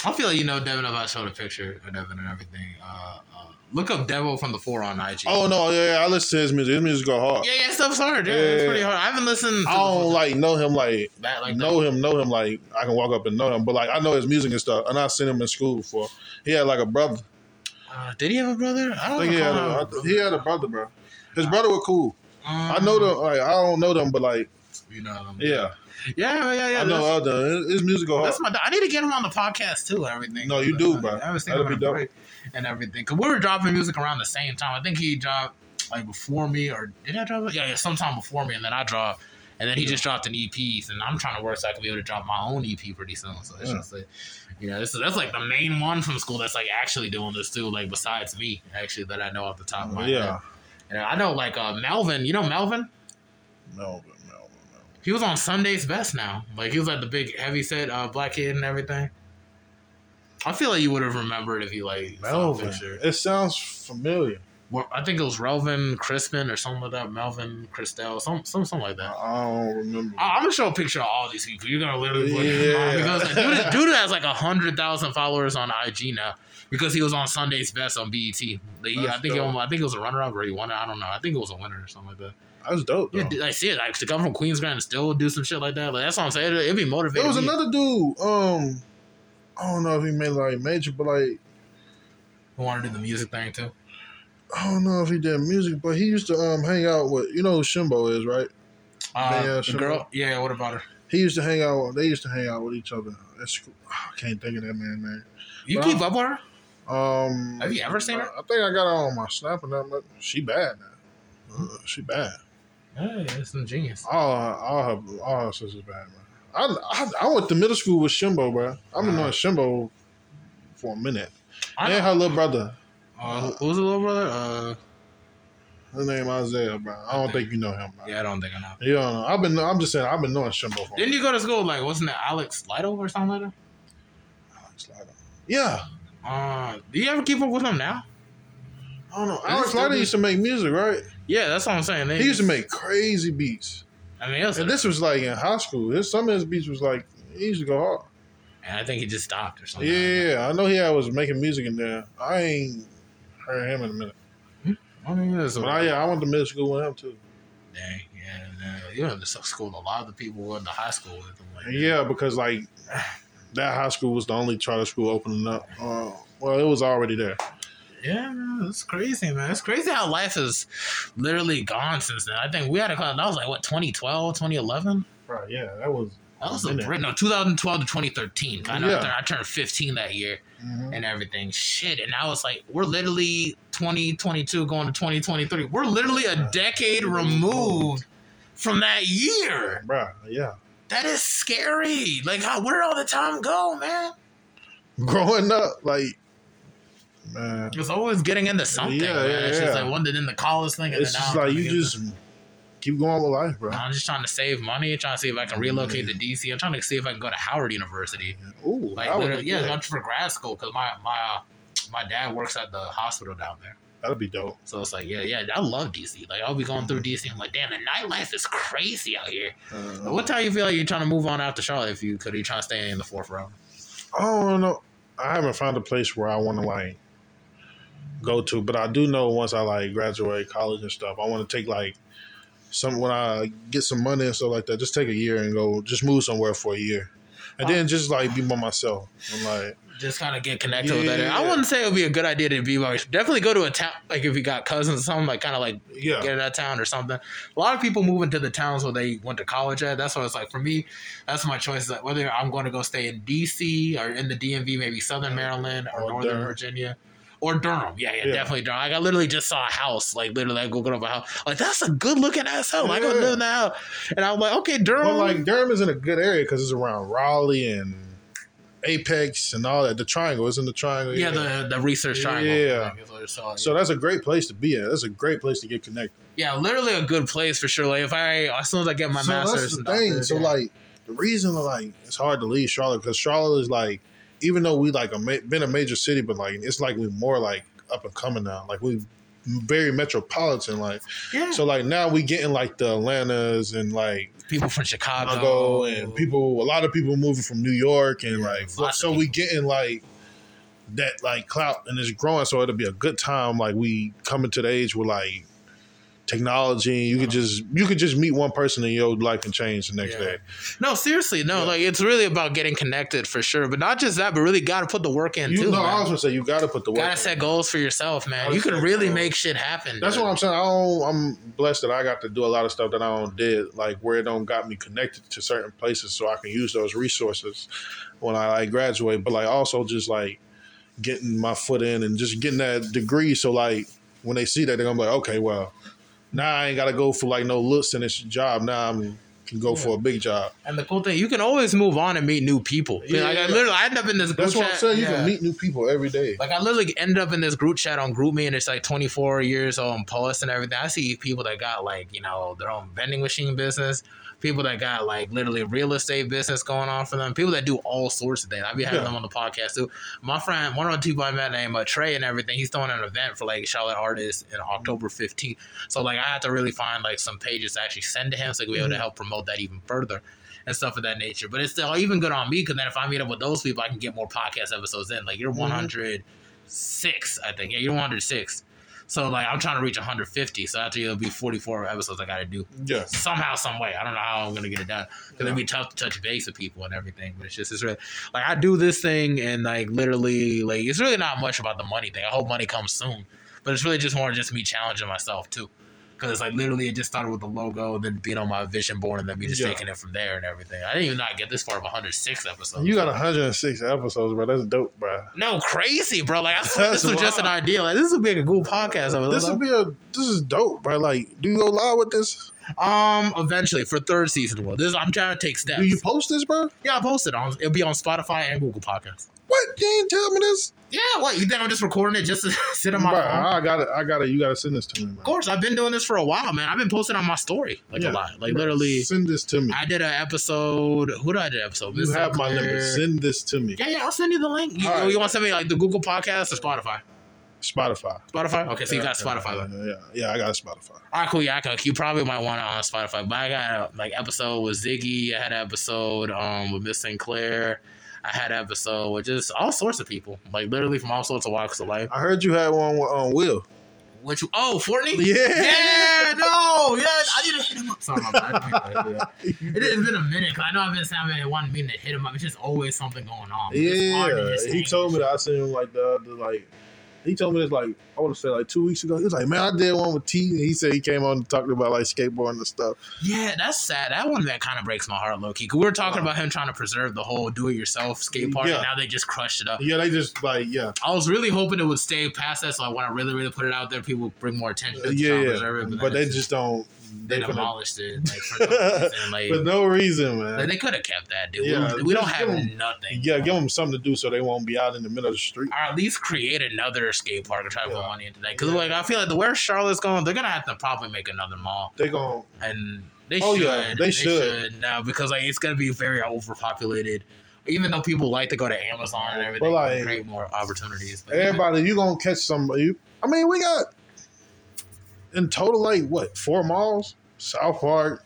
S1: I feel like you know Devin if I showed a picture of Devin and everything. Uh, uh, look up Devil from the Four on IG.
S2: Oh no, yeah, yeah, I listen to his music. His music go hard.
S1: Yeah, yeah, stuff's hard. Yeah, it's
S2: Yeah.
S1: pretty hard. I haven't listened. To
S2: I don't like know him like
S1: that like
S2: know him, know him like I can walk up and know him, but like I know his music and stuff, and I've seen him in school before. He had like a brother.
S1: that. Uh, did he have a brother? I
S2: I
S1: don't
S2: think he had a,
S1: recall.
S2: I- he had a brother, bro. His brother was cool. I
S1: Um,
S2: know them. Like I don't know them, but like
S1: You know. What I mean.
S2: yeah,
S1: Yeah, yeah, yeah.
S2: I know
S1: that's-
S2: all them. His, his music go hard.
S1: That's my. I need to get him on the podcast too. and Everything.
S2: No, you do, bro.
S1: I was
S2: That'd
S1: thinking
S2: be
S1: about
S2: dope.
S1: it and everything. Cause we were dropping music around the same time. I think he dropped like before me, or did I drop it? Yeah, yeah, sometime before me, and then I dropped, and then he just dropped an EP, and I'm trying to work so I can be able to drop my own EP pretty soon. So it's
S2: Yeah.
S1: just like, you know, this is, that's like the main one from school that's like actually doing this too. Like besides me, actually, that I know off the top of my
S2: Mm, yeah,
S1: head. And I know like uh, Melvin. You know Melvin.
S2: no, but no, no.
S1: He was on Sunday's Best now. Like he was like the big heavy set uh, black kid and everything. I feel like you would have remembered if you like saw a
S2: Melvin.
S1: picture.
S2: It sounds familiar.
S1: Well, I think it was Relvin Crispin or something like that. Melvin Christel, some some something like
S2: I-
S1: that.
S2: I don't remember.
S1: I, I'm gonna show a picture of all these people. You're gonna literally look at
S2: Yeah.
S1: them all because like, dude, dude has like hundred thousand followers on IG now because he was on Sunday's Best on BET. Like, he- I
S2: That's
S1: think he,
S2: dope.
S1: I think it was a runner up or he won. it. I don't know. I think it was a winner or something like that.
S2: That's dope. Though.
S1: Yeah, I see it. Like to come from Queensland and still do some shit like that. Like that's what I'm saying. It'd, it'd be motivating.
S2: There was
S1: me.
S2: another dude. Um, I don't know if he made like major, but like
S1: who want to do the music thing too.
S2: I don't know if he did music, but he used to um hang out with you know who Shimbo is right.
S1: Uh,
S2: Yeah,
S1: the
S2: sure.
S1: girl, yeah. What about her?
S2: He used to hang out. They used to hang out with each other at school. I can't think of that man name.
S1: You
S2: Well,
S1: keep up with her?
S2: Um,
S1: Have you ever seen her?
S2: I think I got her on my snap and that. But she bad now. Uh, she bad.
S1: Yeah, that's some genius.
S2: All her, all her, all her sisters bad, man. I, I I went to middle school with Shimbo, bro. I've been
S1: Wow.
S2: knowing Shimbo for a minute.
S1: Uh-huh. I
S2: and
S1: know.
S2: her little brother,
S1: Uh, who was the little brother? Uh,
S2: his name Isaiah, bro. I don't think you know him, bro.
S1: yeah, I don't think I know.
S2: You don't know. I've been. I'm just saying. I've been knowing Shimbo for. a
S1: Didn't you go to school like wasn't it Alex Lido or something like that?
S2: Alex Lytle. Yeah.
S1: Uh, do you ever keep up with him now?
S2: I don't know.
S1: he
S2: Alex
S1: still
S2: Lytle
S1: do-
S2: used to make music, right?
S1: Yeah, that's what I'm saying. They,
S2: He used to make crazy beats.
S1: I mean, it was,
S2: And
S1: and,
S2: this was like in high school. His, some of his beats was like he used to go hard.
S1: I think he just stopped or something.
S2: Oh, Yeah, I know he was making music in there. I ain't heard him in a minute.
S1: I mean, it was a-
S2: But I, uh, yeah, I went to middle school with him too.
S1: Dang, yeah, yeah. You went to school. A lot of the people went to high school with him. Like,
S2: And yeah, because like that high school was the only charter school opening up. Uh, well, it was already there.
S1: Yeah, man, it's crazy, man. It's crazy how life has literally gone since then. I think we had a class, that was like, what, 2012, 2011?
S2: Right? Yeah, that was.
S1: That was a
S2: Wasn't it?
S1: br- no, 2012 to 2013. Kind of,
S2: Yeah.
S1: I turned 15 that year
S2: Mhm.
S1: and everything. Shit, and now it's like, we're literally 2022 going to 2023. We're literally a decade removed from that year.
S2: Bruh, yeah.
S1: That is scary. Like, how, where all the time go, man?
S2: Growing up, like, man,
S1: It's always getting into something.
S2: Yeah,
S1: man.
S2: yeah,
S1: it's just
S2: yeah.
S1: like one did in the college thing. And
S2: it's
S1: then
S2: just
S1: now I'm
S2: like
S1: trying
S2: you
S1: to get
S2: just keep going with life, bro.
S1: I'm just trying to save money, trying to see if I can relocate to DC. I'm trying to see if I can go to Howard University.
S2: Ooh,
S1: Like,
S2: that would
S1: literally,
S2: be
S1: yeah,
S2: good.
S1: I'm for grad school because my my uh, my dad works at the hospital down there.
S2: that'd be dope.
S1: So it's like, yeah, yeah, I love DC. Like, I'll be going through DC. I'm like, damn, the nightlife is crazy out here.
S2: Uh,
S1: What time you feel like you're trying to move on out to Charlotte if you could? Are you trying to stay in the fourth row?
S2: I don't know. I haven't found a place where I want to like go to, but I do know once I like graduate college and stuff, I want to take like some when I get some money and stuff like that. Just take a year and go, just move somewhere for a year. and then just like be by myself. I'm like,
S1: Just kind of get connected with that.
S2: Yeah.
S1: I wouldn't say it would be a good idea to be like definitely go to a town like if you got cousins or something like kind of like
S2: yeah,
S1: get out of town or something. A lot of people move into the towns where they went to college at. That's what it's like for me. That's my choice. Like whether I'm going to go stay in D.C. or in the DMV, maybe Southern Maryland or,
S2: Or
S1: Northern
S2: Durham.
S1: Virginia. Or Durham, yeah, yeah,
S2: Yeah.
S1: definitely Durham. Like I literally just saw a house, like literally, I googled up a house. Like that's a good looking ass house. I go
S2: Yeah.
S1: live in that house, and I'm like, okay, Durham.
S2: but like Durham is in a good area because it's around Raleigh and Apex and all that. The Triangle is in the Triangle.
S1: yeah, the the research triangle.
S2: Yeah.
S1: I think is what it's called.
S2: so that's a great place to be at. That's a great place to get connected.
S1: yeah, literally a good place for sure. Like if I as soon as I get my
S2: so
S1: master's,
S2: that's the
S1: and
S2: thing.
S1: doctorate,
S2: So
S1: yeah.
S2: like the reason like it's hard to leave Charlotte because Charlotte is like even though we like a ma- been a major city, but like it's like we more like up and coming now. Like we very metropolitan. Like
S1: yeah.
S2: so like now we getting like the Atlantas and like
S1: people from Chicago,
S2: Chicago and people. A lot of people moving from New York and like
S1: lots of
S2: so we getting like. That like clout and it's growing, so it'll be a good time. Like we coming to the age where like technology, you could just you could just meet one person and your life can change the next
S1: Uh-huh. Yeah.
S2: day.
S1: No, seriously, no.
S2: Yeah.
S1: Like it's really about getting connected for sure, but not just that, but really got to put the work in
S2: You
S1: too.
S2: know, I
S1: man.
S2: was gonna say you gotta put the work.
S1: gotta
S2: in.
S1: set goals for yourself, man.
S2: Gotta
S1: You can
S2: set
S1: really
S2: goals.
S1: make shit happen.
S2: That's
S1: dude.
S2: what I'm saying. I don't, I'm blessed that I got to do a lot of stuff that I don't did, like where it don't got me connected to certain places, so I can use those resources when I like graduate. But like also just like getting my foot in and just getting that degree, so like when they see that they're gonna be like, okay, well, now I ain't gotta go for like no looks in this job. Now I'm can go for a big job.
S1: And the cool thing, you can always move on and meet new people.
S2: Yeah,
S1: like I
S2: yeah.
S1: literally, I end up in this. Group
S2: That's what I'm
S1: chat-
S2: saying. You
S1: yeah.
S2: can meet new people every day.
S1: Like I literally end up in this group chat on GroupMe, and it's like 24 years old and posts and everything. I see people that got like you know their own vending machine business, people that got like literally real estate business going on for them, people that do all sorts of things. I be having
S2: Yeah.
S1: them on the podcast too. My friend, one of the people I met named uh, Trey and everything, he's throwing an event for like Charlotte artists in October 15th. So like I had to really find like some pages to actually send to him so I could be able to
S2: Mhm.
S1: help promote that even further and stuff of that nature. But it's still even good on me because then if I meet up with those people, I can get more podcast episodes in. Like you're
S2: Mhm.
S1: 106, I think. Yeah, you're 106. So like I'm trying to reach 150. So after it'll be 44 episodes I got to do
S2: Yeah.
S1: somehow, some way. I don't know how I'm gonna get it done because
S2: Yeah.
S1: it'd be tough to touch base with people and everything. But it's just it's really like I do this thing and like literally like it's really not much about the money thing. I hope money comes soon, but it's really just more just me challenging myself too. Because like literally, it just started with the logo, then being on my vision board, and then me just
S2: Yeah.
S1: taking it from there and everything. I didn't even not get this far of 106 episodes.
S2: You got 106 episodes, bro. That's dope, bro.
S1: no crazy, bro. Like I swear, this was
S2: That's
S1: just an
S2: wild.
S1: idea. Like this would be a cool podcast. I was
S2: This
S1: like,
S2: would be a this is dope, bro. Like, do you go live with this?
S1: um, eventually for third season. Well, this I'm trying to take steps.
S2: Do you post this, bro?
S1: Yeah, I posted on. It'll be on Spotify and Google Podcasts.
S2: What? You ain't tell me this,
S1: Yeah, what? You think I'm just recording it just to sit on
S2: bro.
S1: my phone?
S2: I gotta, I gotta, you gotta send this to me,
S1: Of
S2: bro.
S1: course, I've been doing this for a while, man. I've been posting on my story like
S2: Yeah.
S1: a lot, like
S2: Bro,
S1: literally.
S2: send this to me.
S1: I did an episode. Who did I do an episode?
S2: you
S1: Mr.
S2: have my
S1: Clear.
S2: number. Send this to me.
S1: Yeah, yeah, I'll send you the link. You,
S2: All right.
S1: you want to send me like the Google Podcast or Spotify?
S2: Spotify.
S1: Spotify. Okay, so you
S2: Yeah,
S1: got Spotify. then.
S2: Yeah, yeah, yeah, I got Spotify.
S1: All right, cool. Yeah, I could, you probably might want it on Spotify. But I got a, like episode with Ziggy. I had an episode um, with Miss Sinclair. I had an episode with just all sorts of people, like literally from all sorts of walks of life.
S2: I heard you had one with um, Will.
S1: Which oh, Fortney?
S2: Yeah.
S1: yeah, no, yes, I need to hit him up. Sorry about that. It, has been a minute. 'cause I know I've been saying I've been wanting me to hit him up. It's just always something going on. It's just hard to
S2: Yeah,
S1: just
S2: he
S1: hang.
S2: told me that I sent him like the other like. He told me this like I want to say like two weeks ago. He was like, "Man, I did one with T." And he said he came on and talked about like skateboarding and stuff.
S1: Yeah, that's sad. That one that kind of breaks my heart, Loki. We were talking about him trying to preserve the whole do-it-yourself skate park,
S2: Yeah.
S1: and now they just crushed it up.
S2: Yeah, they just like yeah,
S1: I was really hoping it would stay past that, so I want to really, really put it out there. People would bring more attention. To
S2: yeah,
S1: yeah,
S2: yeah.
S1: Preserve it,
S2: but
S1: but,
S2: they
S1: just
S2: just don't.
S1: they
S2: They couldn't-
S1: demolished it. Like, for no reason. Like,
S2: for no reason, man.
S1: like, they could have kept that, dude. We-
S2: Yeah,
S1: we,
S2: just
S1: don't have
S2: give 'em-
S1: nothing.
S2: yeah, give them something to do so they won't be out in the middle of the street.
S1: or at least create another skate park and try to put
S2: Yeah.
S1: money into that. Because
S2: Yeah.
S1: like I feel like the where Charlotte's going, they're gonna have to probably make another mall,
S2: They going
S1: and they
S2: Oh,
S1: should.
S2: yeah, they should.
S1: now because like it's gonna be very overpopulated. Even though people like to go to Amazon and everything,
S2: But, like,
S1: it'll create more opportunities. But,
S2: everybody. You gonna catch somebody? You, I mean, we got in total like what four malls: South Park,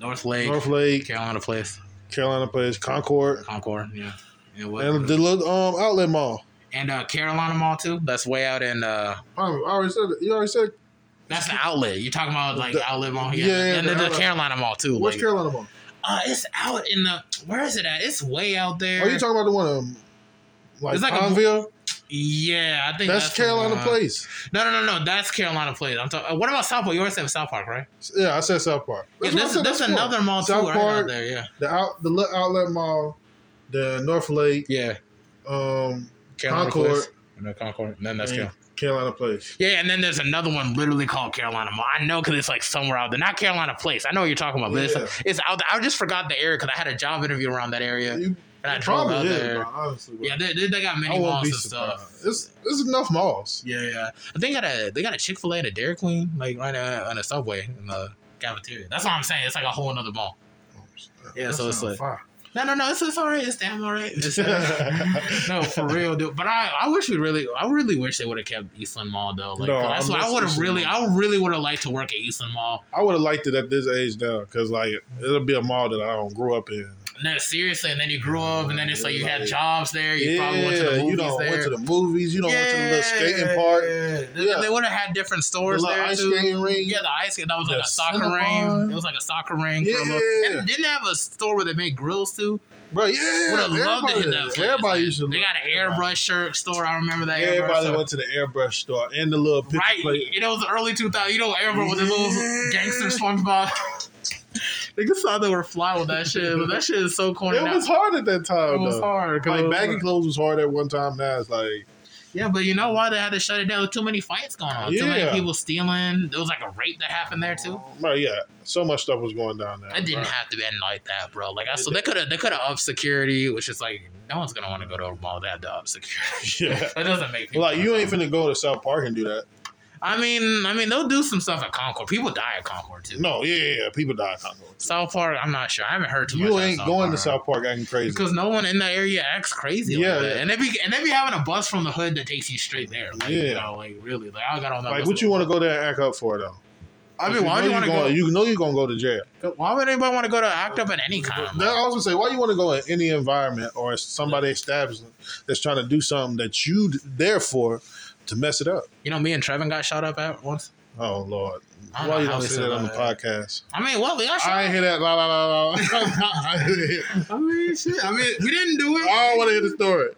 S1: North Lake,
S2: North Lake,
S1: Carolina Place,
S2: Carolina Place, Concord,
S1: Concord, yeah, and, what,
S2: and
S1: and,
S2: the little um outlet mall.
S1: uh, Carolina Mall too. That's way out in. Uh,
S2: I already said it. You already said it.
S1: that's the outlet. You're talking about like
S2: The-
S1: outlet mall, yeah,
S2: yeah, yeah,
S1: and
S2: the
S1: then the
S2: outlet.
S1: Carolina Mall too.
S2: what's
S1: like-
S2: Carolina mall?
S1: Uh, it's out in the where is it at? It's way out there.
S2: Are you talking about the one um, like,
S1: It's like a-
S2: Palmville?
S1: yeah, I think
S2: that's,
S1: the
S2: Carolina
S1: one.
S2: Place.
S1: No, no, no, no. That's Carolina Place. I'm talking. What about South Park? You already said South Park, right?
S2: Yeah, I said South Park.
S1: Yeah,
S2: what I
S1: there's
S2: said,
S1: there's
S2: South Park.
S1: another mall too
S2: South
S1: right
S2: Park.
S1: out there. Yeah,
S2: The out the Le- outlet mall, the North Lake,
S1: yeah.
S2: um,
S1: Carolina
S2: Concord.
S1: Place. No, Concord. And then that's
S2: and
S1: Carolina.
S2: Carolina Place.
S1: Yeah, and then there's another one literally called Carolina Mall. I know because it's like somewhere out there, not Carolina Place. I know what you're talking about, but
S2: Yeah.
S1: it's, it's out. There. I just forgot the area because I had a job interview around that area, and
S2: You-
S1: I
S2: it
S1: drove out
S2: probably is,
S1: there.
S2: bro, honestly. bro.
S1: Yeah, they, they, they got
S2: I
S1: many
S2: won't
S1: malls
S2: be
S1: and stuff.
S2: surprised. It's, it's enough malls.
S1: Yeah, yeah. I think got a they got a Chick Fil A and a Dairy Queen like right uh, on a subway in the cafeteria. That's what I'm saying. It's like a whole another mall. Yeah, so it's like- No, no, no. It's, it's all right. It's damn all right. It's, no, for real, dude. But I, I wish we really, I really wish they would have kept Eastland Mall though. Like
S2: No,
S1: 'cause that's
S2: I
S1: what I
S2: miss
S1: would have
S2: Eastland
S1: really,
S2: Mall.
S1: I really would have liked to work at Eastland Mall.
S2: I would have liked it at this age now, because like it'll be a mall that I don't grow up in.
S1: No, seriously. And then you grew up, and then it's like you had
S2: Like-
S1: jobs there. You probably went to the movies
S2: you don't
S1: there.
S2: went to the movies. You don't went to the little skating park.
S1: They-
S2: Yeah.
S1: They would have had different
S2: The
S1: stores
S2: little
S1: there
S2: ice
S1: too.
S2: skating ring.
S1: Yeah, the ice skate. That was like
S2: The
S1: a soccer
S2: Cinnabon.
S1: ring. It was like a soccer ring. for a
S2: Yeah.
S1: little- And didn't they have a store where they make grills too.
S2: bro. Yeah,
S1: Would have loved to
S2: everybody,
S1: hit that. place.
S2: everybody used to.
S1: They got an airbrush shirt store. I remember that. airbrush
S2: Everybody
S1: store.
S2: went to the airbrush store and the little picture
S1: Right,
S2: plate.
S1: you know, it was the early 2000s. You know, airbrush with the
S2: Yeah.
S1: little gangster SpongeBob. Niggas thought they were fly with that shit, but that shit is so corny.
S2: It
S1: now.
S2: was hard at that time.
S1: It was
S2: though.
S1: hard. 'cause it
S2: Like
S1: was
S2: baggy
S1: like-
S2: clothes was hard at one time. Now it's like
S1: yeah, but you know why they had to shut it down? There were Too many fights going on. Too many
S2: Yeah.
S1: people stealing. There was like a rape that happened there too.
S2: Right, yeah. So much stuff was going down there.
S1: It didn't
S2: bro.
S1: have to end like that, bro. Like I so they could have they could have up security, which is like no one's gonna want to go to a mall that to up security.
S2: Yeah.
S1: that doesn't make people
S2: Like you ain't finna go to South Park and do that.
S1: I mean, I mean they'll do some stuff at Concord. People die at Concord too.
S2: No, yeah, yeah, yeah. People die. at Concord.
S1: South Park, I'm not sure. I haven't heard too much.
S2: You
S1: about
S2: ain't
S1: South
S2: going
S1: Park.
S2: to South Park acting crazy.
S1: because no one in that area acts crazy.
S2: Yeah,
S1: like that.
S2: yeah.
S1: and they be and they be having a bus from the hood that takes you straight there. Like, you
S2: Yeah.
S1: know, like really, like I got on that.
S2: Like
S1: bus
S2: what you want to go there and act up for though?
S1: I
S2: If
S1: mean, why
S2: know
S1: do you want to
S2: you're
S1: go?
S2: going- You know you're gonna go to jail.
S1: why would anybody want to go to act up in any kind? of
S2: Now,
S1: mall?
S2: I was gonna say, why you want to go in any environment or somebody established that's trying to do something that you d- there for to mess it up?
S1: You know, me and Trevin got shot up at once.
S2: Oh Lord,
S1: I don't
S2: why
S1: know
S2: you
S1: how
S2: don't
S1: we
S2: say
S1: said
S2: that on the
S1: that.
S2: podcast?
S1: I mean, well, we got shot.
S2: I ain't hear that. La la la la. I
S1: I mean, shit. I mean, we didn't do it.
S2: don't want to hear the story.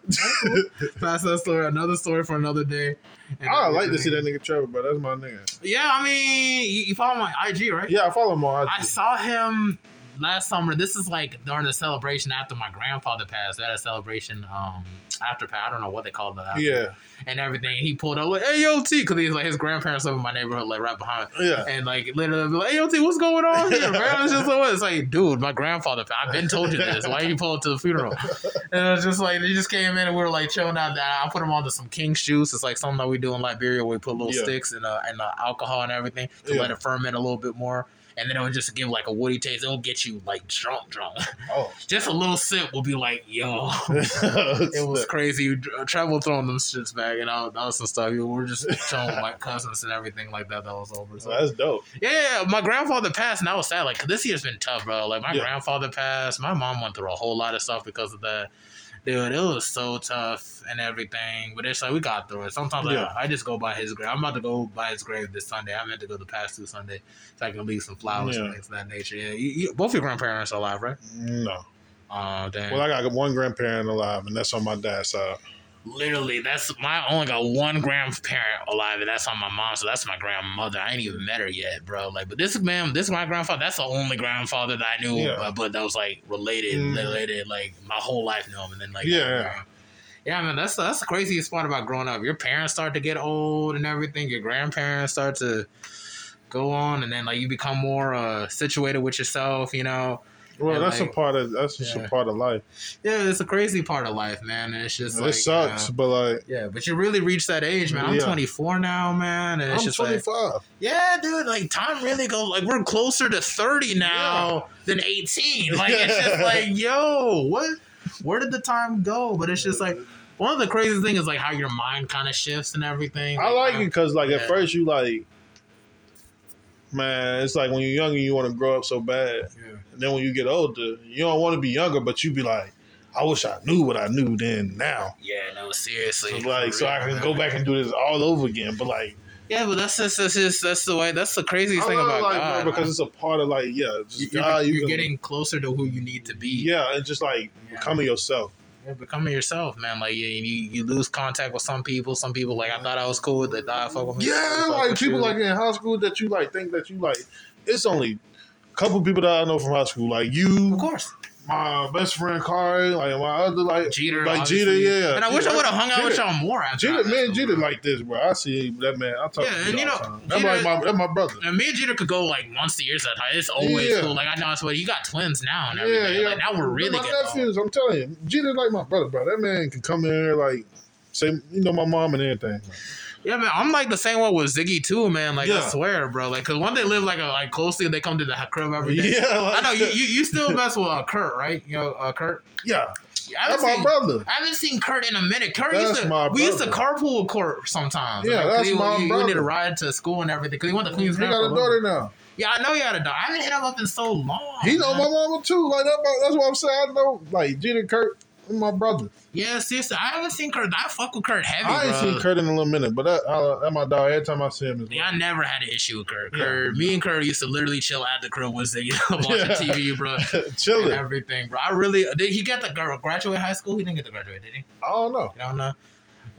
S1: That's that story. Another story for another day. And
S2: I like to see that nigga Trevor, but that's my nigga.
S1: Yeah, I mean, you, you follow my IG, right?
S2: Yeah, I follow him on.
S1: I
S2: IG.
S1: saw him last summer. This is like during the celebration after my grandfather passed. They had a celebration um after pa- I don't know what they called that.
S2: Yeah,
S1: And everything. He pulled up like, hey yo T because he's like his grandparents live in my neighborhood, like right behind.
S2: yeah.
S1: And like literally be like, hey yo T, what's going on here? Man? It's just like what? It's like, dude, my grandfather passed. I've been told you this. Why you pull up to the funeral? And it was just like they just came in and we were like chilling out that I put him onto some king's juice. It's like something that we do in Liberia where we put little
S2: Yeah.
S1: sticks and uh, and uh, alcohol and everything to
S2: Yeah.
S1: let it ferment a little bit more. And then it would just give like a woody taste. It'll get you like drunk, drunk.
S2: Oh,
S1: just a little sip will be like, yo, it
S2: it
S1: was crazy. Tr- Travel throwing them shits back, and all that was some stuff. We were just showing my cousins and everything like that. That was over. So
S2: That's dope.
S1: yeah, my grandfather passed, and I was sad. Like this year's been tough, bro. Like my
S2: Yeah.
S1: grandfather passed. My mom went through a whole lot of stuff because of that. Dude, it was so tough and everything, but it's like we got through it. Sometimes like,
S2: Yeah.
S1: I, just go by his grave. I'm about to go by his grave this Sunday. I meant to go the past two Sunday so I can leave some flowers
S2: Yeah.
S1: and things of that nature. Yeah, you, you, both your grandparents are alive, right?
S2: No,
S1: Oh, damn.
S2: well, I got one grandparent alive, and that's on my dad's side.
S1: Literally, that's my I only got one grandparent alive, and that's on my mom. So that's my grandmother. I ain't even met her yet, bro. Like, but this man, this my grandfather. That's the only grandfather that I knew,
S2: Yeah.
S1: but, but that was like related,
S2: Mm.
S1: related. Like my whole life knew him, and then like
S2: Yeah.
S1: yeah. Yeah, man, that's that's the craziest part about growing up. Your parents start to get old and everything. Your grandparents start to go on, and then like you become more uh, situated with yourself. You know,
S2: Well,
S1: And,
S2: that's
S1: like-
S2: a part of that's just
S1: Yeah.
S2: a part of life.
S1: yeah, it's a crazy part of life, man. And it's just
S2: it
S1: like, uh,
S2: sucks, but like
S1: Yeah, but you really reach that age, man. I'm
S2: Yeah.
S1: 24 now, man, and it's
S2: I'm
S1: just
S2: 25.
S1: like, yeah, dude, like time really goes. Like we're closer to 30 now than 18. Like it's just
S2: Yeah.
S1: like, yo, what? Where did the time go? But it's just like one of the craziest things is like how your mind kind of shifts and everything.
S2: I like it because like
S1: Yeah.
S2: at first you like, man, it's like when you're younger you want to grow up so bad,
S1: Yeah.
S2: and then when you get older you don't want to be younger, but you be like, I wish I knew what I knew then now.
S1: Yeah, no, seriously.
S2: So, like so I can go back and do this all over again. But like
S1: Yeah, but that's that's that's, just, that's the way. That's the craziest thing
S2: I love,
S1: about
S2: like,
S1: God.
S2: bro, because it's a part of like yeah, just
S1: you,
S2: God.
S1: are
S2: you can-
S1: getting closer to who you need to be.
S2: yeah, and just like
S1: Yeah.
S2: becoming yourself.
S1: You're becoming yourself, man. Like you, you, you lose contact with some people. Some people like I thought I was cool. They thought I fuck with me.
S2: Yeah,
S1: Fuck
S2: like
S1: with
S2: people
S1: you.
S2: like in high school that you like think that you like. It's only a couple people that I know from high school, like
S1: of
S2: you,
S1: course
S2: my best friend Kari, like my other like
S1: Jeter,
S2: like
S1: obviously.
S2: Jeter, yeah.
S1: And I wish I
S2: Jeter-
S1: would have hung out with
S2: Jeter-
S1: y'all more. After
S2: Jeter,
S1: high
S2: man,
S1: school,
S2: Jeter
S1: bro.
S2: like this, bro. I see that man. I talk
S1: Yeah,
S2: to
S1: and
S2: him
S1: you
S2: all
S1: know,
S2: the time. That's like
S1: Jeter-
S2: my that's my brother.
S1: And me and Jeter could go like months to years at high. It's always
S2: Yeah.
S1: cool. Like I know it's what you got twins now and everything. Like, now we're really
S2: my
S1: getting old.
S2: nephews. I'm telling you, Jeter like my brother, bro. That man can come in here like say, you know, my mom and everything.
S1: Yeah, man. I'm like the same one with Ziggy too, man. Like I
S2: Yeah.
S1: swear, bro. Like because one they live like a, like closely and they come to the crib every day.
S2: Yeah,
S1: I
S2: like,
S1: know you, you, you still mess with uh, Kurt, right? You know uh, Kurt.
S2: yeah,
S1: I haven't
S2: that's my
S1: seen-
S2: brother.
S1: I haven't seen Kurt in a minute. Kurt
S2: That's
S1: used to
S2: my
S1: we used to
S2: brother.
S1: carpool with Kurt sometimes.
S2: Yeah,
S1: Like, 'cause
S2: that's
S1: he,
S2: my
S1: he, he needed a
S2: brother.
S1: ride to school and everything because he went to
S2: He
S1: Queens. Grant
S2: got a
S1: for
S2: daughter now.
S1: Yeah, I know he had a daughter. I haven't hit him up in so long.
S2: He know
S1: man.
S2: my mama too. Like that, that's what I'm saying. I know like Jeter Kurt. My brother.
S1: Yeah, seriously, I haven't seen Kurt. I fuck with Kurt heavy,
S2: I ain't
S1: bro.
S2: seen Kurt in a little minute, but that, I, that my dog. Every time I see him, is
S1: Yeah, I never had an issue with Kurt.
S2: Yeah.
S1: Kurt me and Kurt used to literally chill at the crib with Ziggy, watching
S2: Yeah.
S1: TV, bro, and
S2: chilling. I
S1: everything, bro. I really did. He got the girl graduate high school. He didn't get to graduate, did he?
S2: don't know.
S1: I don't know.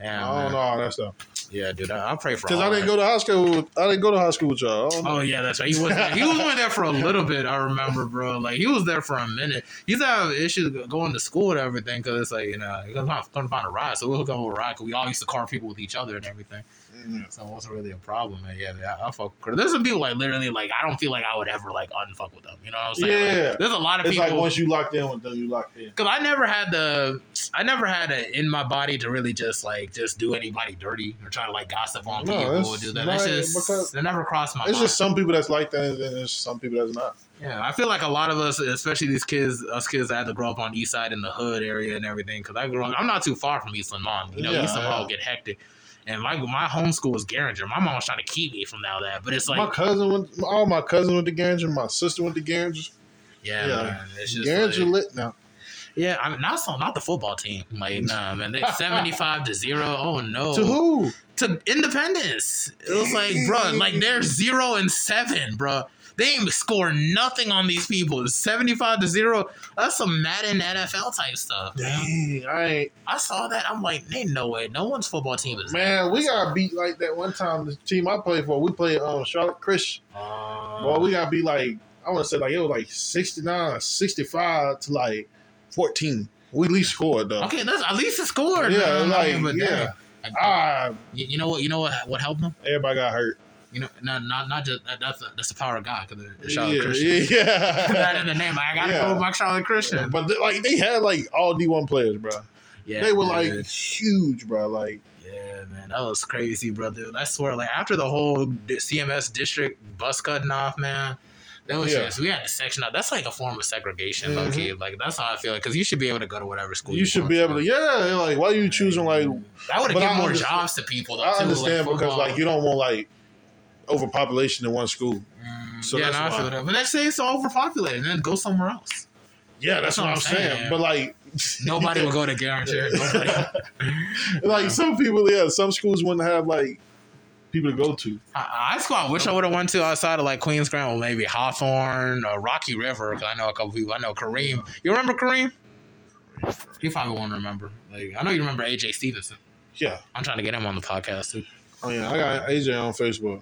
S1: Yeah,
S2: I
S1: Oh, man.
S2: don't know all that stuff
S1: Yeah, dude, I, I'll pray for.
S2: because
S1: all
S2: I
S1: that.
S2: didn't go to high school. with- I didn't go to high school with y'all. I don't know.
S1: Oh yeah, that's right. He was there. he was only there for a little bit. I remember, bro. Like he was there for a minute. He used to have issues going to school and everything because it's like you know he couldn't find- couldn't find a ride, so we hooked up with a ride. 'cause we all used to car people with each other and everything, so it wasn't really a problem. And yeah, I, I fuck. with Kurt. There's some people like literally like I don't feel like I would ever like unfuck with them. You know what I'm saying? Like,
S2: Yeah.
S1: there's a lot of
S2: It's like
S1: people.
S2: once you locked in with them, you locked in.
S1: Cause I never had the, I never had it in my body to really just like just do anybody dirty or try to like gossip on
S2: No,
S1: people or
S2: that's
S1: do that.
S2: not-
S1: That's
S2: because-
S1: just it never crossed my.
S2: It's
S1: mind.
S2: just some people that's like that, and there's some people that's not.
S1: Yeah, I feel like a lot of us, especially these kids, us kids that had to grow up on the East Side in the hood area and everything, because I grew up, I'm not too far from East Lamont. You know,
S2: Yeah,
S1: East Lamont
S2: yeah.
S1: will get hectic. And my my home school was Garinger. My mom was trying to keep me from now that, but it's like,
S2: my cousin went. All my cousins went to Garinger. My sister went to Garinger.
S1: yeah,
S2: yeah.
S1: man, it's just
S2: Garinger
S1: like-
S2: lit now.
S1: yeah, I mean, not so, not the football team. Like, nah, man, they 75 to zero. Oh no,
S2: To who?
S1: to Independence. It was like, bro, like they're zero and seven, bro. They ain't score nothing on these people. It's 75 to zero. That's some Madden NFL type stuff. man.
S2: Dang, I ain't.
S1: I saw that. I'm like, ain't no way. No one's football team is.
S2: Man, we got beat like that one time. The team I played for, we played um Charlotte Christian. Boy, we got beat like I want to say like it was like 69, 65 to like fourteen. We at least scored though.
S1: okay, that's at least it scored.
S2: Yeah,
S1: man.
S2: like,
S1: mean,
S2: yeah.
S1: dang. Like,
S2: Ah,
S1: you, you know what? You know what? What helped them?
S2: everybody got hurt.
S1: You know, not not not just that, that's the, that's the power of God. Cause the Charlotte
S2: Yeah,
S1: Christian.
S2: yeah,
S1: that in
S2: yeah.
S1: the name, I gotta
S2: Yeah.
S1: go with my Charlotte Christian.
S2: But they- like they had like all D one players, bro.
S1: Yeah,
S2: they were
S1: dude.
S2: like huge, bro. Like
S1: Yeah, man, that was crazy, bro. Dude, I swear, like after the whole di- CMS district bus cutting off, man, that was
S2: Yeah.
S1: just we had to section out. That's like a form of segregation, low
S2: Mhm.
S1: key. Like that's how I feel, because you should be able to go to whatever school.
S2: you should
S1: want
S2: be able to. Yeah, like why you choosing like?
S1: That would have
S2: But
S1: given
S2: I
S1: more
S2: understand-
S1: jobs to people. Though,
S2: I
S1: too,
S2: understand because
S1: football.
S2: like you don't want like overpopulation in one school.
S1: Mm,
S2: so
S1: yeah,
S2: that's
S1: no, I
S2: why.
S1: feel that. But let's say it's overpopulated, and then go somewhere else.
S2: Yeah, that's, what I'm saying. But like
S1: Nobody will go to Garranger. Nobody.
S2: like some people, yeah, some schools wouldn't have like people to go to.
S1: I, high school, I wish I would have went to outside of like Queens Grant, well, maybe Hawthorne or Rocky River. Cause I know a couple people. I know Kareem. You remember Kareem? He probably won't remember. Like I know you remember AJ Stevenson.
S2: Yeah.
S1: I'm trying to get him on the podcast too.
S2: Oh yeah, I got AJ on Facebook.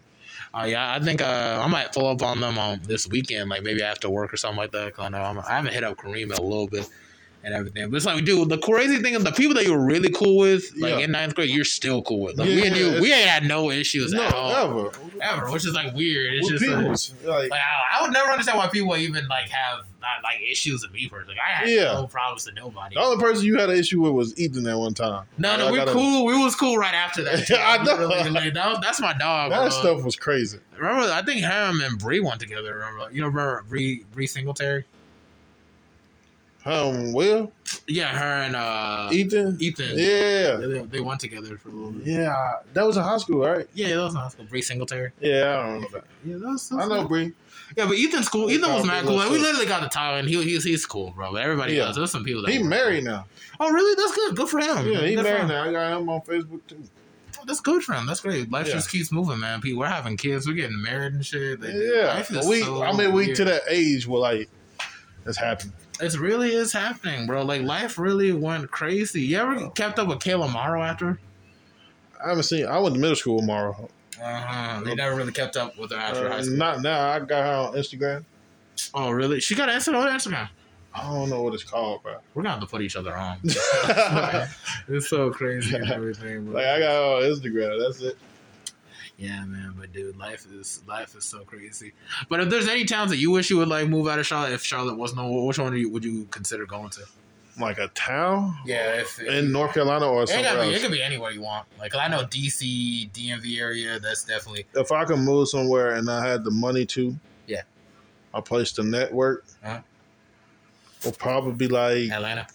S1: Uh, yeah, I think uh, I might follow up on them um, this weekend, like maybe after work or something like that. 'cause I know I'm, I haven't hit up Kareem in a little bit and everything. But it's like, dude, the crazy thing is the people that you were really cool with, like
S2: Yeah.
S1: in ninth grade, you're still cool with. Like,
S2: Yeah,
S1: we and you,
S2: yeah,
S1: we ain't had no issues
S2: No,
S1: at all
S2: ever.
S1: ever, which is like weird. It's
S2: With
S1: just like,
S2: peoples. Like,
S1: like, I, I would never understand why people even like have not, like issues with me first. Like I had
S2: Yeah.
S1: no problems to nobody.
S2: the only person you had an issue with was Ethan that one time.
S1: No, no,
S2: I
S1: we
S2: gotta-
S1: cool. We was cool right after that.
S2: Yeah, I
S1: We
S2: know.
S1: really, like, that was, that's my dog.
S2: That
S1: bro.
S2: stuff was crazy.
S1: Remember, I think him and Bree went together. Remember, you remember Bree Bree Singletary?
S2: Um, Will,
S1: Yeah, her and uh,
S2: Ethan,
S1: Ethan.
S2: E- yeah,
S1: They, they went together for a little bit.
S2: yeah. That was in high school, right?
S1: Yeah, that was not school. Bree Singletary.
S2: Yeah, I don't know.
S1: Yeah, that was.
S2: I know, Bree.
S1: Yeah, but Ethan's cool. Ethan was
S2: Probably
S1: mad cool. Like, we
S2: was.
S1: literally got to Thailand. He, he's he's cool, bro. But everybody
S2: Yeah.
S1: else, there's some people that
S2: He
S1: were-
S2: married now.
S1: Oh, really? That's good. Good for him.
S2: Yeah, he
S1: Good for him.
S2: married now. I got him on Facebook too.
S1: that's good for him. That's great. Life just keeps moving, man. People, we're having kids. We're getting married and shit. Like,
S2: Yeah,
S1: life is
S2: we.
S1: so
S2: I mean, we
S1: weird.
S2: to that age where like it's happening.
S1: It really is happening, bro. Like life really went crazy. You ever kept up with Kayla Morrow after?
S2: I haven't seen. I went to middle school tomorrow.
S1: Uh-huh. They never really kept up with her after high school.
S2: not now. I got her on Instagram.
S1: Uh, Oh, really? She got an Instagram. What Instagram?
S2: I don't know what it's called, bro.
S1: We're gonna have to put each other on.
S2: like
S1: it's so crazy and everything. Bro.
S2: I got her on Instagram. That's it.
S1: Yeah, man, but dude, life is life is so crazy. But if there's any towns that you wish you would like move out of Charlotte, if Charlotte was no, which one do you, would you consider going to?
S2: Like a town
S1: Yeah, if,
S2: in North Carolina or
S1: it,
S2: somewhere else.
S1: could be anywhere you want. Like I know DC, DMV area, that's definitely
S2: If I could move somewhere and I had the money to,
S1: Yeah.
S2: a place to network
S1: Uh-huh.
S2: would probably be like
S1: Atlanta. Uh-huh.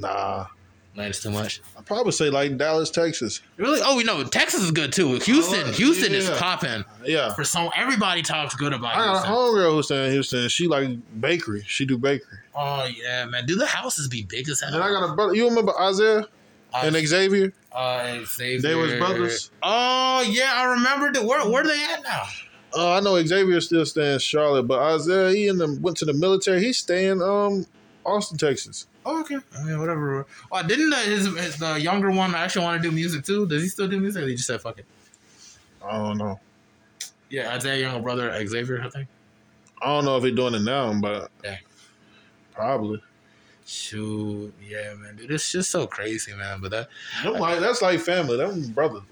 S2: nah.
S1: Atlanta's too much.
S2: I'd probably say like Dallas, Texas.
S1: Really? Oh, we know Texas is good too. Houston,
S2: Oh,
S1: Houston is
S2: yeah.
S1: popping.
S2: Yeah.
S1: For some, everybody talks good about
S2: I got a
S1: Uh, Houston.
S2: homegirl who's staying in Houston. She like bakery. She do bakery.
S1: Oh yeah, man, dude, the houses be big as hell.
S2: And I got a brother. You remember Isaiah
S1: uh,
S2: and Xavier?
S1: uh, Xavier.
S2: They was brothers.
S1: Oh yeah, I remember. The, where where they at now?
S2: Uh, I know Xavier still staying in Charlotte, but Isaiah he in the, went to the military. He's staying um Austin, Texas.
S1: Oh, okay. I mean, whatever. Oh, didn't the, his, his the younger one actually want to do music too? Does he still do music? Or he just said fuck it.
S2: I don't know.
S1: Yeah, Isaiah younger brother Xavier, I think.
S2: I don't know if he's doing it now, but
S1: Yeah.
S2: probably.
S1: Shoot, yeah, man, dude, it's just so crazy, man. But that,
S2: Them like, that's like family. Them brothers.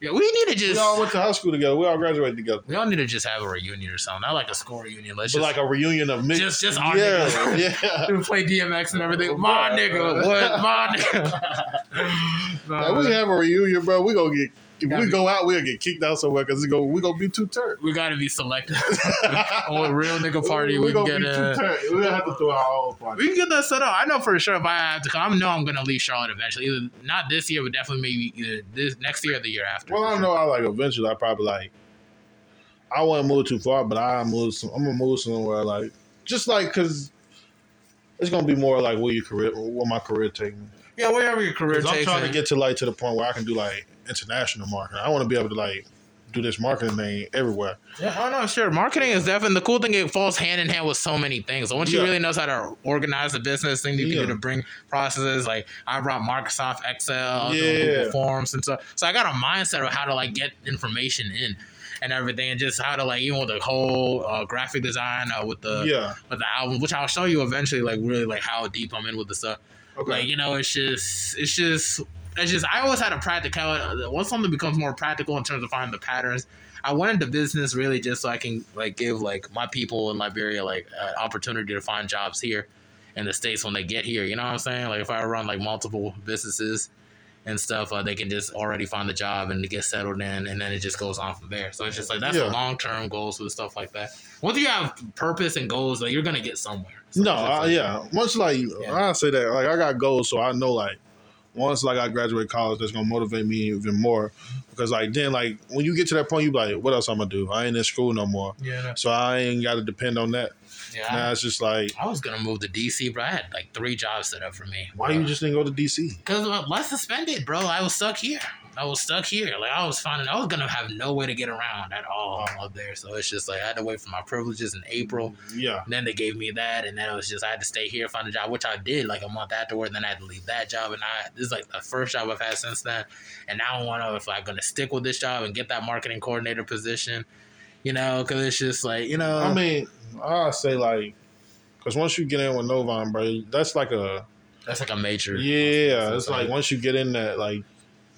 S1: yeah, we need to
S2: We
S1: just.
S2: all went to high school together. We all graduated together.
S1: We all need to just have a reunion or something. Not like a school reunion. Let's
S2: But
S1: just
S2: like a reunion of mixed.
S1: Just- just our
S2: yeah,
S1: niggas.
S2: yeah.
S1: Dude, play DMX and
S2: Oh,
S1: everything. My
S2: Bruh.
S1: nigga, what? My nigga. Nah,
S2: Like, we have a reunion, bro. We gonna get if
S1: Gotta
S2: we
S1: be-
S2: go out, we'll get kicked out somewhere because go we gonna be too turnt.
S1: we gotta be selective. On a real nigga party,
S2: we
S1: we, can get
S2: gonna be too
S1: a.
S2: turnt. We gonna have to throw our own party.
S1: We can get that set up. I know for sure if I have to come, I know I'm gonna leave Charlotte eventually. Either not this year, but definitely maybe either this next year or the year after.
S2: Well, I know I like eventually. I probably like I wouldn't move too far, but I move. Some, I'm gonna move somewhere like just like because it's gonna be more like where your career, where my career take me.
S1: Yeah, wherever your career
S2: 'Cause
S1: takes
S2: I'm trying
S1: it.
S2: to get to like to the point where I can do like international marketing. I want to be able to like do this marketing thing everywhere.
S1: Yeah, oh no, sure. Marketing is definitely the cool thing. It falls hand in hand with so many things. Like, once you
S2: Yeah.
S1: really knows how to organize the business thing, you can
S2: Yeah.
S1: do to bring processes. Like I brought Microsoft Excel, I was doing
S2: Yeah.
S1: Google Forms, and so so I got a mindset of how to like get information in and everything, and just how to like even with the whole uh, graphic design uh, with the
S2: yeah.
S1: with the album, which I'll show you eventually. Like really, like how deep I'm in with the stuff.
S2: Okay.
S1: Like you know, it's just it's just it's just I always had a practical. uh, Once something becomes more practical in terms of finding the patterns, I went into business really just so I can like give like my people in Liberia like an opportunity to find jobs here in the states when they get here. You know what I'm saying? Like if I run like multiple businesses. And stuff, uh, they can just already find the job and get settled in, and then it just goes on from there. So it's just like that's
S2: Yeah.
S1: the long term goals with stuff like that. Once you have purpose and goals, like you're gonna get somewhere. So
S2: No,
S1: it's just
S2: I,
S1: like-
S2: yeah. Much like
S1: Yeah.
S2: I say that, like I got goals, so I know like once like I graduate college, that's gonna motivate me even more because like then like when you get to that point, you be like, what else I'm gonna do? I ain't in school no more,
S1: yeah,
S2: so I ain't got to depend on that.
S1: yeah.
S2: Now it's just like,
S1: I was gonna move to DC, but I had like three jobs set up for me.
S2: why you just didn't go to DC?
S1: Because uh, life suspended, bro. I was stuck here. I was stuck here. Like I was finding, I was gonna have no way to get around at all Oh, up there. So it's just like I had to wait for my privileges in April.
S2: Yeah,
S1: And then they gave me that, and then it was just I had to stay here, find a job, which I did like a month afterward. Then I had to leave that job, and I this is like the first job I've had since then. And now I want to if I'm gonna stick with this job and get that marketing coordinator position, you know, because it's just like you know,
S2: I mean, I say like, because once you get in with Novon, bro, that's like a
S1: that's like a major.
S2: yeah. It's like once you get in that like.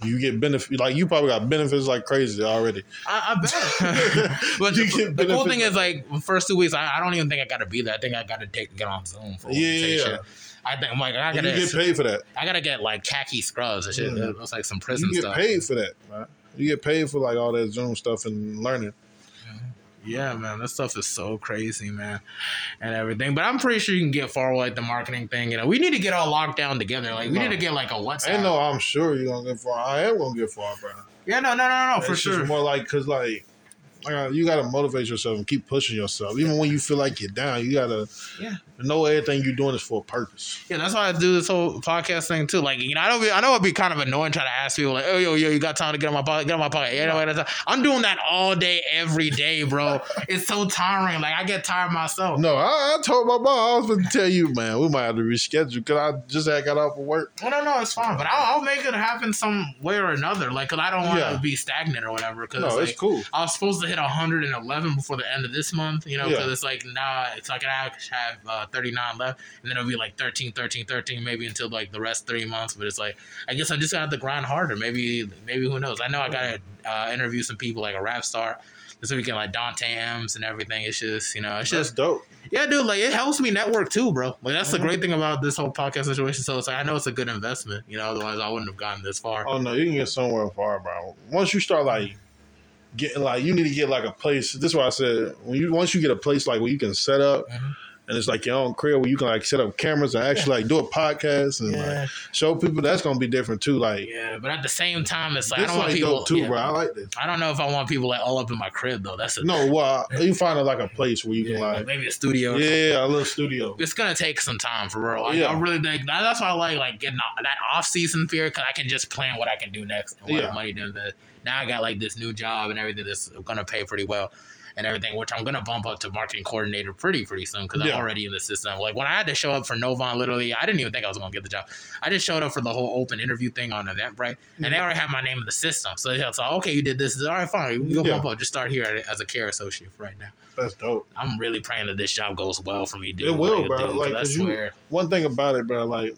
S2: You get benefit like you probably got benefits like crazy already.
S1: I, I bet. but
S2: You
S1: the,
S2: get
S1: the cool
S2: benefits
S1: thing is, like, the first two weeks, I, I don't even think I got to be there. I think I got to take get on Zoom for
S2: Yeah,
S1: orientation.
S2: yeah.
S1: I think I'm like, I
S2: And
S1: gotta,
S2: you get paid for that.
S1: I gotta get like khaki scrubs and shit.
S2: Yeah.
S1: That's like some prison
S2: you get
S1: stuff.
S2: paid for that. Man. You get paid for like all that Zoom stuff and learning.
S1: Yeah, man, that stuff is so crazy, man, and everything. But I'm pretty sure you can get far with like, the marketing thing. You know, we need to get all locked down together. Like, we
S2: No.
S1: need to get like a WhatsApp.
S2: I know I'm sure you're gonna get far. I am gonna get far, bro.
S1: Yeah, no, no, no, no, Oh, for
S2: It's just
S1: sure.
S2: More like because like I gotta- you gotta motivate yourself and keep pushing yourself. Even when you feel like you're down, you gotta
S1: Yeah.
S2: know everything you're doing is for a purpose.
S1: Yeah, that's why I do this whole podcast thing too. Like, you know, I don't. Be, I know it'd be kind of annoying trying to ask people like, "Oh, yo, yo, you got time to get on my podcast? Get on my podcast." You know, that's- I'm doing that all day, every day, bro. it's so tiring. Like, I get tired myself.
S2: No, I, I told my mom I was gonna tell you, man, we might have to reschedule because I just had got off of work.
S1: Well, no, no, it's fine, but I'll, I'll make it happen some way or another. Like, 'cause I don't want
S2: Yeah.
S1: to be stagnant or whatever. Because
S2: No, it's cool.
S1: I was supposed to hit 111 before the end of this month, you know,
S2: Yeah.
S1: because it's like now it's like I have uh, 39 left, and then it'll be like 13, 13, 13, maybe until like the rest three months. But it's like I guess I'm just gonna have to grind harder. Maybe, maybe who knows? I know I gotta uh, interview some people like a rap star this weekend, like Dante M's and everything. It's just you know, it's
S2: That's
S1: just
S2: dope.
S1: yeah, dude. Like it helps me network too, bro. Like that's the
S2: Mm-hmm.
S1: great thing about this whole podcast situation. So it's like I know it's a good investment, you know. Otherwise, I wouldn't have gotten this far.
S2: Oh no, you can get somewhere far, bro. Once you start like getting like you need to get like a place. This is why I said when you once you get a place like where you can set up
S1: Mhm.
S2: and it's like your own crib where you can like set up cameras and actually like do a podcast and like show people that's gonna be different too. Like
S1: yeah, but at the same time, it's like I
S2: this
S1: don't want
S2: like
S1: people
S2: dope too,
S1: yeah.
S2: bro. I like this.
S1: I don't know if I want people like all up in my crib though. That's a,
S2: No, well, you find like a place where you can
S1: yeah,
S2: like
S1: maybe a studio.
S2: yeah, a little studio.
S1: It's gonna take some time for real. Like,
S2: Yeah.
S1: I really think that- that's why I like like getting o- that off season fear because I can just plan what I can do next and what
S2: Yeah.
S1: money does that. Now I got like this new job and everything that's gonna pay pretty well and everything, which I'm gonna bump up to marketing coordinator pretty pretty soon because
S2: Yeah.
S1: I'm already in the system. Like when I had to show up for Novon, literally, I didn't even think I was gonna get the job. I just showed up for the whole open interview thing on Eventbrite, and they already have my name in the system. So they was like, okay, you did this. All right, fine. You go
S2: Yeah.
S1: bump up. Just start here as a care associate for right now.
S2: That's dope.
S1: I'm really praying that this job goes well for me, dude.
S2: It will,
S1: Like,
S2: bro.
S1: dude, 'cause
S2: Like,
S1: I
S2: 'cause you-
S1: swear.
S2: One thing about it, bro, like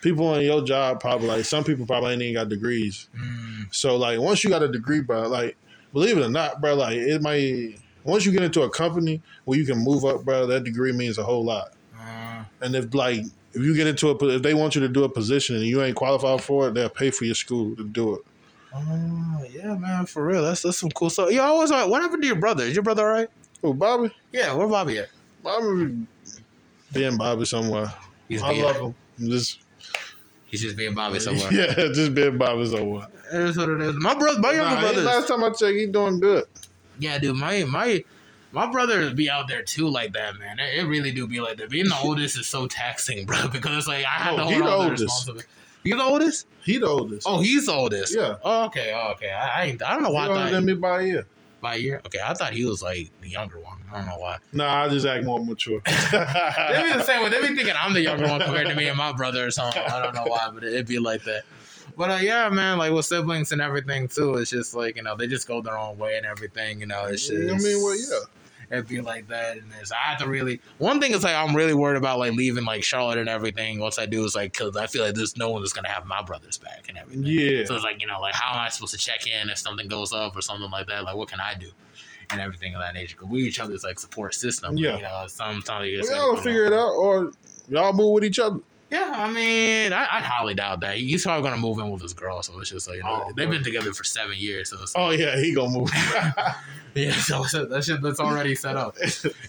S2: people in your job probably like some people probably ain't even got degrees.
S1: Mm,
S2: So like once you got a degree, bro, like believe it or not, bro, like it might once you get into a company where you can move up, bro, that degree means a whole lot.
S1: uh,
S2: And if like if you get into a po- if they want you to do a position and you ain't qualified for it, they'll pay for your school to do it.
S1: oh, yeah, man, for real. That's that's some cool stuff. Yo, I was like, what happened to your brother? Is your brother all right?
S2: Oh, Bobby,
S1: Yeah, where Bobby at?
S2: Bobby, being Bobby somewhere.
S1: He's
S2: I
S1: being,
S2: love him. Just
S1: he's just being Bobby somewhere.
S2: yeah, just being Bobby somewhere.
S1: It is what it is. My brother, my
S2: Nah,
S1: younger
S2: he-
S1: brother.
S2: last time I checked, he doing good.
S1: Yeah, dude, my my my brothers be out there too like that, man. It, it really do be like that. Being the oldest is so taxing, bro, because it's like I have
S2: Oh,
S1: to
S2: he
S1: hold
S2: the
S1: all the
S2: oldest.
S1: responsibility. You the oldest?
S2: He the oldest.
S1: Oh, he's the oldest.
S2: Yeah.
S1: Oh, okay. Oh, okay. I I, ain't, I don't know
S2: he
S1: why. I
S2: older
S1: thought-
S2: than me by a year.
S1: by a year. Okay, I thought he was like the younger one. I don't know why.
S2: Nah, I just act more mature.
S1: They be the same way. They be thinking I'm the younger one compared to me and my brother or something. I don't know why, but it'd be like that. But uh, yeah, man, like with siblings and everything too, it's just like you know they just go their own way and everything. You know, it's
S2: You
S1: just
S2: know what I mean, well, yeah.
S1: it'd be like that. And it's, I have to really. One thing is like I'm really worried about like leaving like Charlotte and everything. Once I do is like because I feel like there's no one that's gonna have my brothers back and everything.
S2: Yeah.
S1: So it's like you know like how am I supposed to check in if something goes up or something like that? Like what can I do? And everything of that nature. Cause we each other's like support system.
S2: Yeah.
S1: You know, sometimes you
S2: We
S1: just
S2: all
S1: like,
S2: figure it out, or y'all move with each other.
S1: Yeah, I mean, I, I highly doubt that. He's probably gonna move in with his girl, so it's just like you know,
S2: Oh,
S1: they've
S2: bro.
S1: been together for seven years, so it's
S2: Oh yeah, he gonna move.
S1: yeah, so so that shit that's already set up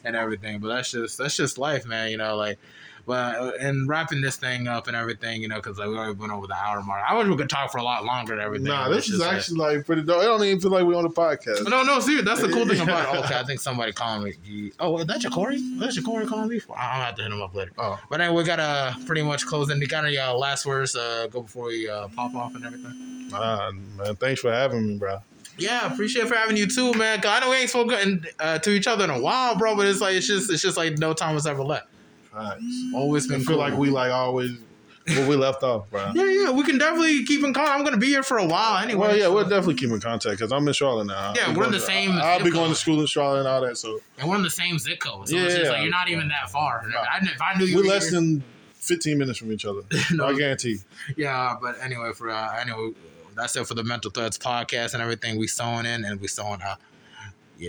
S1: and everything. But that's just that's just life, man. You know, like, but uh, and wrapping this thing up and everything, you know, because like we already went over the hour mark. I wish we could talk for a lot longer and everything.
S2: nah,
S1: but
S2: this
S1: it's
S2: is
S1: just like-
S2: actually like pretty dope. I don't even feel like we on the podcast.
S1: no, no, seriously, that's the cool thing about. it. Okay, I think somebody calling me. He- Oh, is that your Corey? That's your Corey calling me. I- I'll have to hit him up later.
S2: Oh.
S1: But anyway, we gotta uh, pretty much close. And you got any uh, last words? Uh, go before we uh, pop off and everything.
S2: Nah, man, thanks for having me, bro.
S1: Yeah, appreciate for having you too, man. 'Cause I know we ain't spoken uh, to each other in a while, bro. But it's like it's just it's just like no time was ever left.
S2: Thanks.
S1: Always
S2: I
S1: been cool.
S2: feel like we like always where we left off, bro.
S1: Yeah, yeah, we can definitely keep in contact. I'm gonna be here for a while anyway.
S2: Well, yeah,
S1: so-
S2: we'll definitely keep in contact because I'm in Charlotte now.
S1: Yeah,
S2: I'm
S1: we're in
S2: going
S1: the
S2: to-
S1: same
S2: I'll be
S1: zip
S2: going to
S1: code.
S2: school in Charlotte and all that, so
S1: and we're in the same zip code, so it's
S2: Yeah,
S1: just like you're not even that far. And I, if I knew you,
S2: we're
S1: were
S2: less
S1: here-
S2: than 15 minutes from each other.
S1: No.
S2: I guarantee.
S1: yeah. But anyway, for uh, anyway, that's it for the Mental Threads podcast and everything. We sewing in and we sewing out.